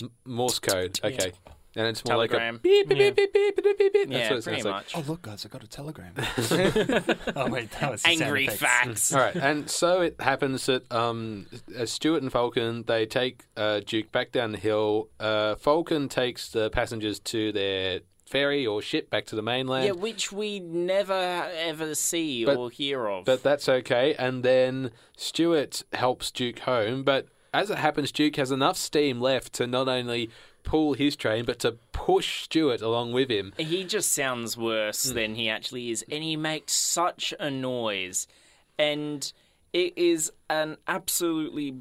Speaker 3: M- Morse code. Okay. And it's more
Speaker 1: Telegram.
Speaker 3: like a beep, beep, beep, beep, beep, beep, beep, beep. That's
Speaker 1: yeah,
Speaker 3: what it
Speaker 1: pretty
Speaker 3: sounds like.
Speaker 1: much.
Speaker 4: Oh look, guys, I got a telegram. oh wait, that was the sound
Speaker 1: Angry
Speaker 4: effects.
Speaker 1: facts.
Speaker 3: All right, and so it happens that um, uh, Stuart and Falcon they take uh, Duke back down the hill. Uh, Falcon takes the passengers to their ferry or ship back to the mainland.
Speaker 1: Yeah, which we never ever see
Speaker 3: But-
Speaker 1: or hear of.
Speaker 3: but that's okay. And then Stuart helps Duke home, but as it happens, Duke has enough steam left to not only pull his train but to push Stuart along with him.
Speaker 1: he just sounds worse than he actually is, and he makes such a noise, and it is an absolutely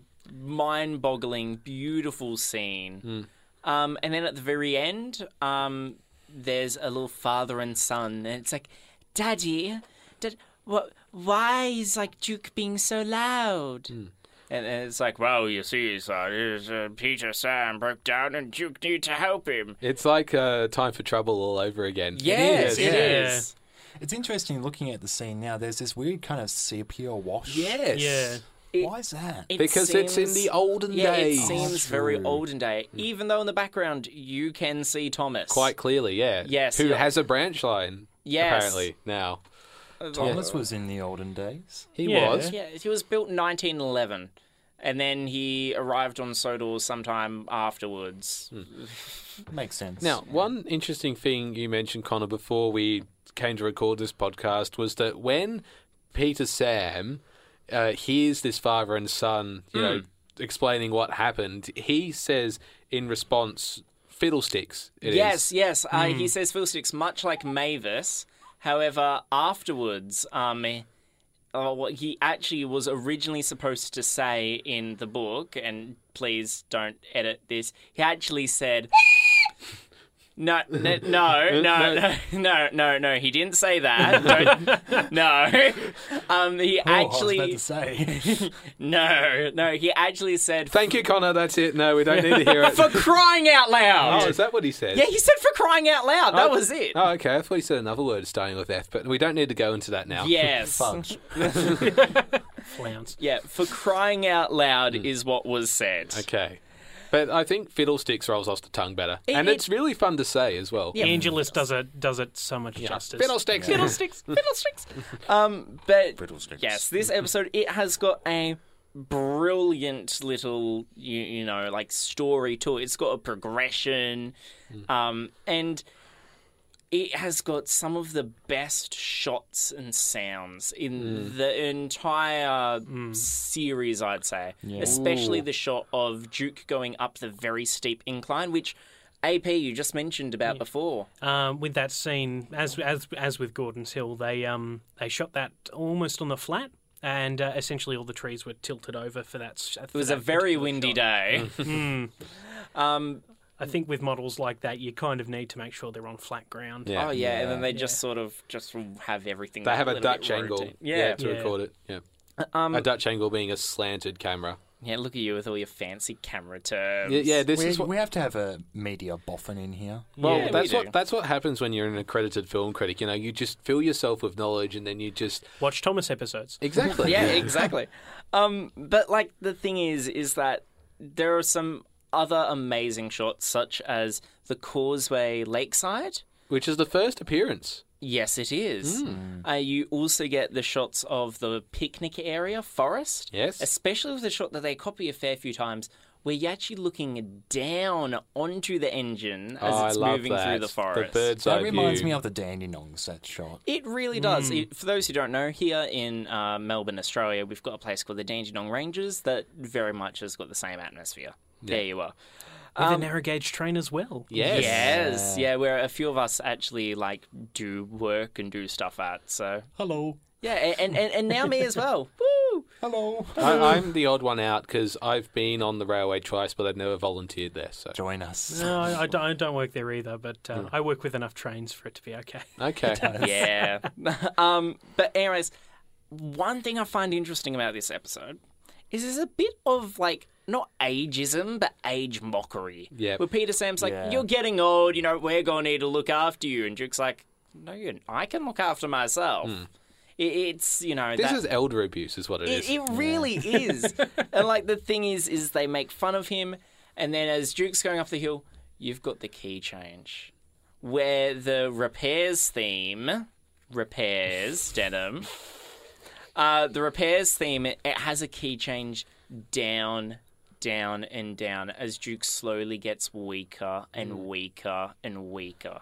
Speaker 1: mind-boggling, beautiful scene. Um, and then at the very end, um, there's a little father and son, and it's like, "Daddy, dad, what? Why is like Duke being so loud?" And, and it's like, well, you see, son, it's, uh, Peter Sam broke down, and Duke needed to help him.
Speaker 3: It's like uh, time for trouble all over again.
Speaker 1: Yes,
Speaker 4: is,
Speaker 1: it
Speaker 5: yeah.
Speaker 1: is.
Speaker 4: It's interesting looking at the scene now. There's this weird kind of sepia wash.
Speaker 3: Yes.
Speaker 5: yeah,
Speaker 4: Why is that?
Speaker 1: It
Speaker 3: Because it's in
Speaker 1: seems-
Speaker 3: the olden
Speaker 1: yeah,
Speaker 3: days. Hmm.
Speaker 1: it seems very olden day. Even though in the background you can see Thomas.
Speaker 3: Quite clearly, yeah.
Speaker 1: Yes,
Speaker 3: Who
Speaker 1: yeah.
Speaker 3: has a branch line,
Speaker 1: Yes.
Speaker 3: apparently, now.
Speaker 4: Thomas was in the olden days.
Speaker 3: He
Speaker 5: Yeah.
Speaker 3: was.
Speaker 1: Yeah, he was built 1911, and then he arrived on Sodor sometime afterwards.
Speaker 4: Makes sense.
Speaker 3: Now, one interesting thing you mentioned, Connor, before we came to record this podcast was that when Peter Sam uh, hears this father and son,
Speaker 1: Hmm.
Speaker 3: you know, explaining what happened, he says in response, fiddlesticks. it is." Hmm.
Speaker 1: yes, yes. Uh, he says fiddlesticks, much like Mavis. However, afterwards, um, eh, oh, what he actually was originally supposed to say in the book, and please don't edit this. He actually said. No, no, no, no, no, no, no, no. He didn't say that. Don't, no, um, he
Speaker 4: Oh, I
Speaker 1: actually
Speaker 4: was about to say.
Speaker 1: no, no. He actually said
Speaker 3: Thank you, Connor. That's it. No, we don't need to hear it.
Speaker 1: for crying out
Speaker 3: oh,
Speaker 1: loud.
Speaker 3: is that what he says?
Speaker 1: yeah, he said for crying out loud. That
Speaker 3: Oh,
Speaker 1: was it.
Speaker 3: Oh, okay. I thought he said another word starting with F, but we don't need to go into that now.
Speaker 1: Yes.
Speaker 4: Fudge.
Speaker 5: flounce.
Speaker 1: Yeah, for crying out loud is what was said.
Speaker 3: Okay. But I think fiddlesticks rolls off the tongue better.
Speaker 1: It-
Speaker 3: and
Speaker 1: it-
Speaker 3: it's really fun to say as well.
Speaker 1: Yeah.
Speaker 5: Angelus does it does it so much justice.
Speaker 3: Fiddlesticks.
Speaker 1: Fiddlesticks, fiddlesticks. Um, but
Speaker 4: Fiddlesticks.
Speaker 1: yes, this episode it has got a brilliant little you, you know like story to it. It's got a progression, um, and it has got some of the best shots and sounds in the entire series. I'd say, especially the shot of Duke going up the very steep incline, which. AP, you just mentioned about before.
Speaker 5: um, with that scene, as as as with Gordon's Hill, they um they shot that almost on the flat, and uh, essentially all the trees were tilted over for that. s-
Speaker 1: It was a very windy day. um,
Speaker 5: I think with models like that, you kind of need to make sure they're on flat ground.
Speaker 1: oh yeah, and then they just sort of just have everything.
Speaker 3: They have a
Speaker 1: little bit
Speaker 3: Dutch angle.
Speaker 1: rotate. Yeah. Uh, um,
Speaker 3: to
Speaker 5: Yeah.
Speaker 3: record it. Yeah. a Dutch angle being a slanted camera.
Speaker 1: Yeah, look at you with all your fancy camera terms.
Speaker 3: Yeah, yeah this
Speaker 4: we,
Speaker 3: is what.
Speaker 4: we have to have a media boffin in here.
Speaker 3: Well,
Speaker 1: Yeah, we
Speaker 3: that's
Speaker 1: do.
Speaker 3: what that's what happens when you're an accredited film critic. You know, you just fill yourself with knowledge, and then you just
Speaker 5: Watch Thomas episodes.
Speaker 3: exactly.
Speaker 1: Yeah, exactly. Um, but like the thing is, is that there are some other amazing shots, such as the Causeway Lakeside.
Speaker 3: Which is the first appearance.
Speaker 1: Yes, it is.
Speaker 3: Hmm.
Speaker 1: Uh, you also get the shots of the picnic area, forest.
Speaker 3: Yes.
Speaker 1: Especially with the shot that they copy a fair few times, where you're actually looking down onto the engine as
Speaker 3: Oh,
Speaker 1: it's
Speaker 3: I love
Speaker 1: moving
Speaker 3: that.
Speaker 1: through the forest.
Speaker 3: The bird's
Speaker 4: That
Speaker 3: eye
Speaker 4: reminds
Speaker 3: view.
Speaker 4: me of the Dandenongs, that shot.
Speaker 1: It really does.
Speaker 3: Hmm.
Speaker 1: It- for those who don't know, here in uh, Melbourne, Australia, we've got a place called the Dandenong Ranges that very much has got the same atmosphere. There you are.
Speaker 5: With
Speaker 1: Um,
Speaker 5: a narrow gauge train as well.
Speaker 3: Yes.
Speaker 1: Yes. Yeah, where a few of us actually like do work and do stuff at. So
Speaker 5: Hello.
Speaker 1: yeah, a- and and, and now me as well. Woo!
Speaker 4: Hello.
Speaker 3: I, I'm the odd one out because I've been on the railway twice, but I've never volunteered there. So
Speaker 4: Join us.
Speaker 5: No, I, I don't, I don't work there either, but uh, I work with enough trains for it to be okay.
Speaker 3: okay,
Speaker 1: Yeah. um. But anyways, one thing I find interesting about this episode is there's a bit of like. Not ageism, but age mockery.
Speaker 3: Yep.
Speaker 1: Where Peter Sam's like,
Speaker 4: Yeah.
Speaker 1: "You're getting old. You know, we're gonna need to look after you." And Duke's like, "No, you. I can look after myself." It, it's you know
Speaker 3: Hmm. this
Speaker 1: that, E-
Speaker 3: is elder abuse, is what it
Speaker 1: It,
Speaker 3: is.
Speaker 1: it really is. and like the thing is, is they make fun of him, and then as Duke's going up the hill, you've got the key change, where the repairs theme, repairs denim, uh, the repairs theme it, it has a key change down. Down and down as Duke slowly gets weaker
Speaker 3: Mm.
Speaker 1: and weaker and weaker.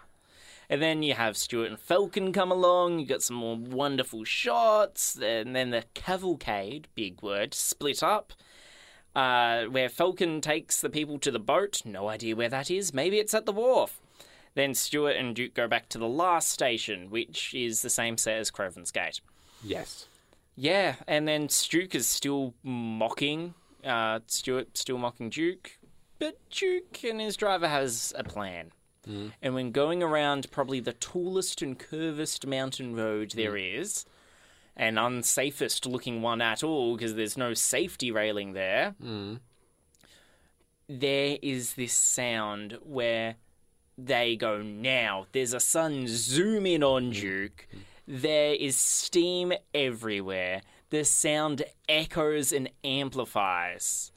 Speaker 1: And then you have Stuart and Falcon come along. You got some more wonderful shots, and then the cavalcade, big word, split up. Uh, where Falcon takes the people to the boat. No idea where that is. Maybe it's at the wharf. Then Stuart and Duke go back to the last station, which is the same set as Craven's Gate.
Speaker 3: yes.
Speaker 1: Yeah, and then Duke is still mocking uh, Stuart, still mocking Duke, but Duke and his driver has a plan. And when going around probably the tallest and curvest mountain road there is, and unsafest looking one at all because there's no safety railing there, there is this sound where they go now. There's a sun zoom in on Duke. There is steam everywhere. The sound echoes and amplifies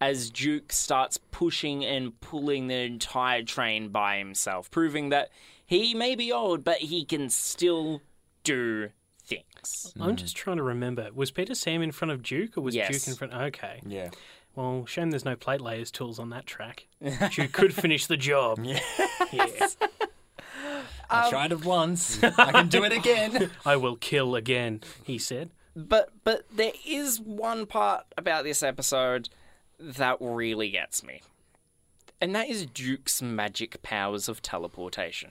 Speaker 1: as Duke starts pushing and pulling the entire train by himself, proving that he may be old, but he can still do things.
Speaker 5: I'm just trying to remember. Was Peter Sam in front of Duke or was
Speaker 1: Yes.
Speaker 5: Duke in front? Okay.
Speaker 4: Yeah.
Speaker 5: Well, shame there's no plate layers tools on that track. Duke could finish the job. Yeah.
Speaker 4: I tried it once. I can do it again.
Speaker 5: I will kill again, he said.
Speaker 1: But but there is one part about this episode that really gets me. And that is Duke's magic powers of teleportation.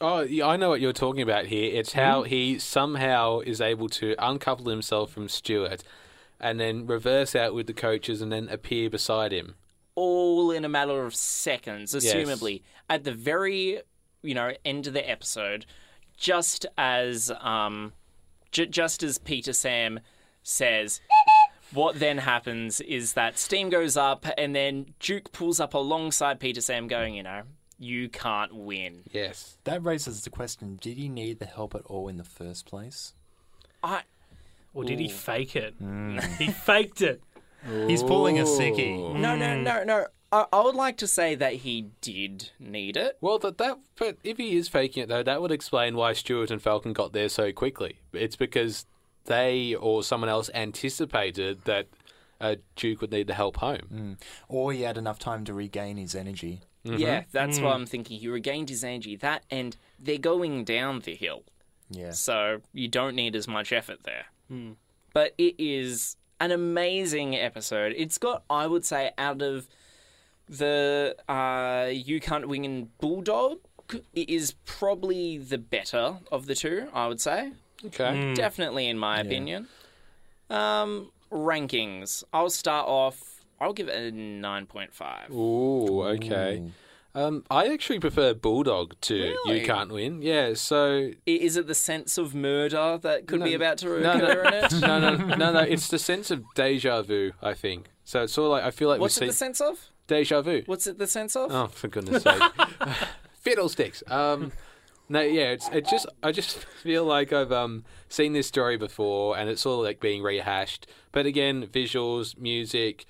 Speaker 3: Oh, yeah, I know what you're talking about here. It's how
Speaker 1: Mm-hmm.
Speaker 3: he somehow is able to uncouple himself from Stuart, and then reverse out with the coaches, and then appear beside him.
Speaker 1: all in a matter of seconds, assumably. At the very, you know, end of the episode, just as um, j- just as Peter Sam says, what then happens is that steam goes up, and then Duke pulls up alongside Peter Sam, going, you know, you can't win.
Speaker 3: Yes.
Speaker 4: That raises the question did he need the help at all in the first place?
Speaker 1: I
Speaker 5: Or did he fake it? he faked it.
Speaker 4: He's pulling a sickie.
Speaker 1: no no no no. I, I would like to say that he did need it.
Speaker 3: Well, that that but if he is faking it though, that would explain why Stewart and Falcon got there so quickly. It's because they or someone else anticipated that uh, Duke would need the help home.
Speaker 4: Or he had enough time to regain his energy.
Speaker 1: Yeah, that's what I'm thinking. He regained his energy. That and they're going down the hill,
Speaker 4: Yeah.
Speaker 1: so you don't need as much effort there. But it is an amazing episode. It's got, I would say, out of the uh, You Can't Wing and Bulldog, it is probably the better of the two, I would say.
Speaker 3: Okay.
Speaker 1: Definitely, in my opinion. Um, rankings. I'll start off, I'll give it a 9.5.
Speaker 3: Ooh, okay. Um, I actually prefer Bulldog to
Speaker 1: Really?
Speaker 3: You Can't Win. Yeah, so
Speaker 1: I- Is it the sense of murder that could be about to
Speaker 3: no,
Speaker 1: occur in
Speaker 3: no,
Speaker 1: it?
Speaker 3: no, no, no, no. It's the sense of deja vu. I think so. It's sort of like I feel like
Speaker 1: What's it
Speaker 3: we've
Speaker 1: the
Speaker 3: seen
Speaker 1: sense of?
Speaker 3: deja vu.
Speaker 1: What's it the sense of?
Speaker 3: Oh, for goodness sake! Fiddlesticks. Um, no, yeah, it's it just I just feel like I've um seen this story before, and it's all like being rehashed. But again, visuals, music,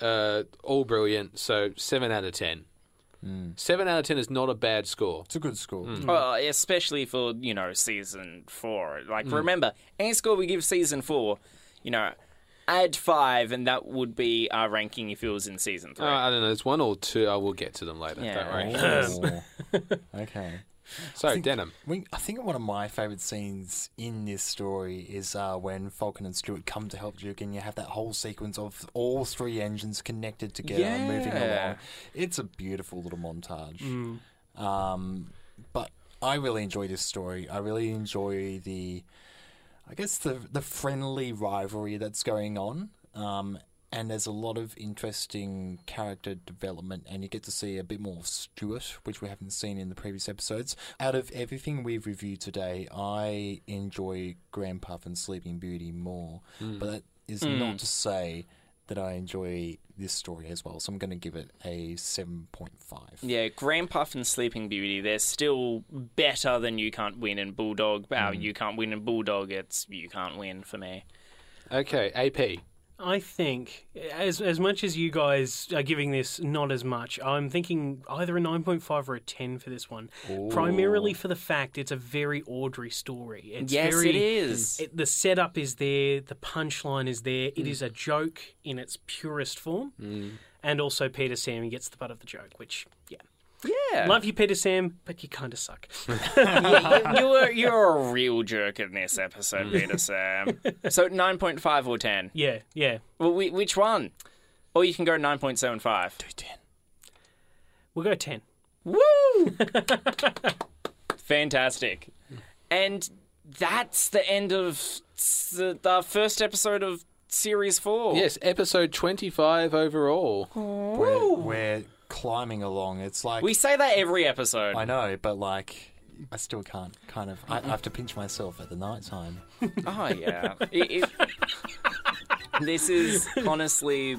Speaker 3: uh, all brilliant. So seven out of ten.
Speaker 1: Hmm.
Speaker 3: Seven out of ten is not a bad score.
Speaker 4: It's a good score.
Speaker 1: Well, Uh, especially for, you know, season four. Like,
Speaker 3: Hmm.
Speaker 1: remember, any score we give season four, you know, add five, and that would be our ranking if it was in season three.
Speaker 3: Uh, I don't know. It's one or two. I will get to them later.
Speaker 1: Yeah.
Speaker 3: Don't worry.
Speaker 4: Oh. okay.
Speaker 3: So denim.
Speaker 4: We, I think one of my favorite scenes in this story is uh, when Falcon and Stewart come to help Duke, and you have that whole sequence of all three engines connected together and moving
Speaker 1: Yeah.
Speaker 4: along. It's a beautiful little montage. Um, but I really enjoy this story. I really enjoy the, I guess the the friendly rivalry that's going on. Um, and there's a lot of interesting character development, and you get to see a bit more of Stuart, which we haven't seen in the previous episodes. Out of everything we've reviewed today, I enjoy Grandpuff and Sleeping Beauty more, but that is not to say that I enjoy this story as well. So I'm going to give it a seven point five.
Speaker 1: Yeah, Grandpuff and Sleeping Beauty, they're still better than You Can't Win and Bulldog. Wow, You Can't Win and Bulldog, it's You Can't Win for me.
Speaker 3: Okay, AP.
Speaker 5: I think as as much as you guys are giving this not as much, I'm thinking either a 9.5 or a 10 for this one. Primarily for the fact it's a very Audrey story. It's
Speaker 1: yes,
Speaker 5: very,
Speaker 1: it is. Mm.
Speaker 5: it- the setup is there, the punchline is there. It is a joke in its purest form. And also Peter Sam gets the butt of the joke, which yeah.
Speaker 1: yeah.
Speaker 5: Love you Peter Sam, but you kind of suck.
Speaker 1: yeah, you, you were you're a real jerk in this episode, Peter Sam. So nine point five or ten?
Speaker 5: yeah, yeah.
Speaker 1: Well, we, which one? Or you can go nine point seven five.
Speaker 5: We'll go 10.
Speaker 1: Woo! Fantastic. And that's the end of s- the, the first episode of series four.
Speaker 3: Yes, episode twenty-five overall.
Speaker 4: We're, we're climbing along. It's like
Speaker 1: We say that every episode.
Speaker 4: I know, but like I still can't. Kind of, I, I have to pinch myself at the night time.
Speaker 1: Oh yeah. It- it- this is honestly,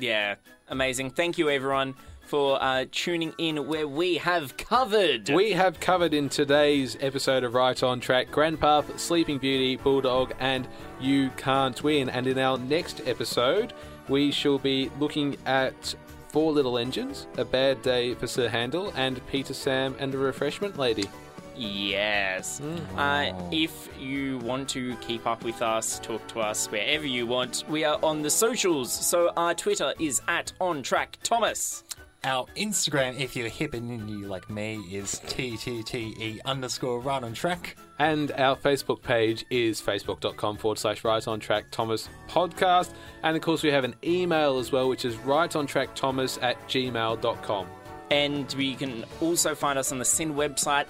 Speaker 1: yeah, amazing. Thank you everyone for uh, tuning in, where we have covered.
Speaker 3: We have covered in today's episode of Right on Track Grandpuff, Sleeping Beauty, Bulldog, and You Can't Win. And in our next episode, we shall be looking at Four Little Engines, A Bad Day for Sir Handel, and Peter Sam and the Refreshment Lady.
Speaker 1: Yes. Uh, if you want to keep up with us, talk to us wherever you want. We are on the socials, so our Twitter is at On Track Thomas.
Speaker 4: Our Instagram, if you're hip and new like me, is TTTE E underscore right on track.
Speaker 3: And our Facebook page is facebook.com forward slash right on track Thomas podcast. And of course, we have an email as well, which is right on track Thomas at gmail.com.
Speaker 1: And we can also find us on the SYN website,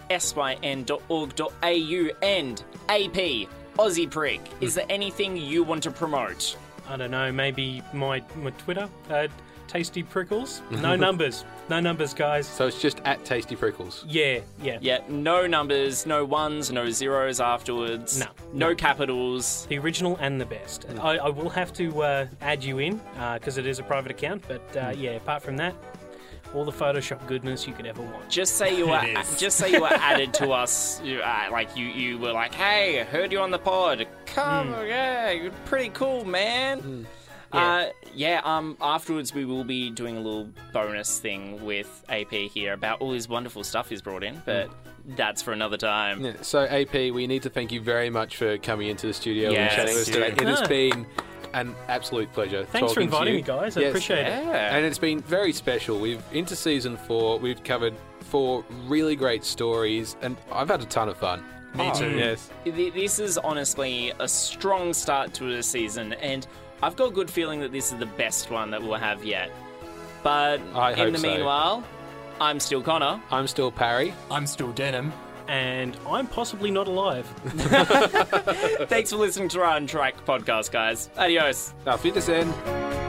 Speaker 1: syn.org.au and AP, Aussie Prick. Is there anything you want to promote?
Speaker 5: I don't know, maybe my, my Twitter, uh, Tasty Prickles. No numbers. No numbers, guys.
Speaker 3: So it's just at Tasty Prickles.
Speaker 5: Yeah, yeah.
Speaker 1: Yeah, no numbers, no ones, no zeros afterwards.
Speaker 5: No.
Speaker 1: No capitals.
Speaker 5: The original and the best. I, I will have to uh, add you in because it is a private account, but uh,
Speaker 3: Mm.
Speaker 5: yeah, apart from that, all the Photoshop goodness you could ever want.
Speaker 1: Just say you were just say you were added to us. You, uh, like you, you were
Speaker 3: Hmm.
Speaker 1: like, hey, I heard you on the pod. Come, yeah, you're pretty cool, man. Uh, yeah, um, afterwards we will be doing a little bonus thing with AP here about all his wonderful stuff he's brought in, but that's for another time.
Speaker 3: Hmm. Yeah, So AP, we need to thank you very much for coming into the studio and
Speaker 1: Yes.
Speaker 3: chatting with us
Speaker 1: Thank you.
Speaker 3: today. It has
Speaker 5: Yeah.
Speaker 3: been an absolute pleasure.
Speaker 5: Thanks for
Speaker 3: talking to
Speaker 5: inviting
Speaker 3: you.
Speaker 5: me, guys. I appreciate it.
Speaker 1: Yeah.
Speaker 3: And it's been very special. We've into season four. We've covered four really great stories, and I've had a ton of fun.
Speaker 2: Me too.
Speaker 3: Yes.
Speaker 1: Th- This is honestly a strong start to the season, and I've got a good feeling that this is the best one that we'll have yet. But
Speaker 3: I
Speaker 1: in
Speaker 3: hope
Speaker 1: the
Speaker 3: so.
Speaker 1: meanwhile, I'm still Connor.
Speaker 3: I'm still Parry.
Speaker 4: I'm still denim.
Speaker 5: and I'm possibly not alive.
Speaker 1: Thanks for listening to our Untracked podcast, guys. Adios.
Speaker 3: Auf Wiedersehen.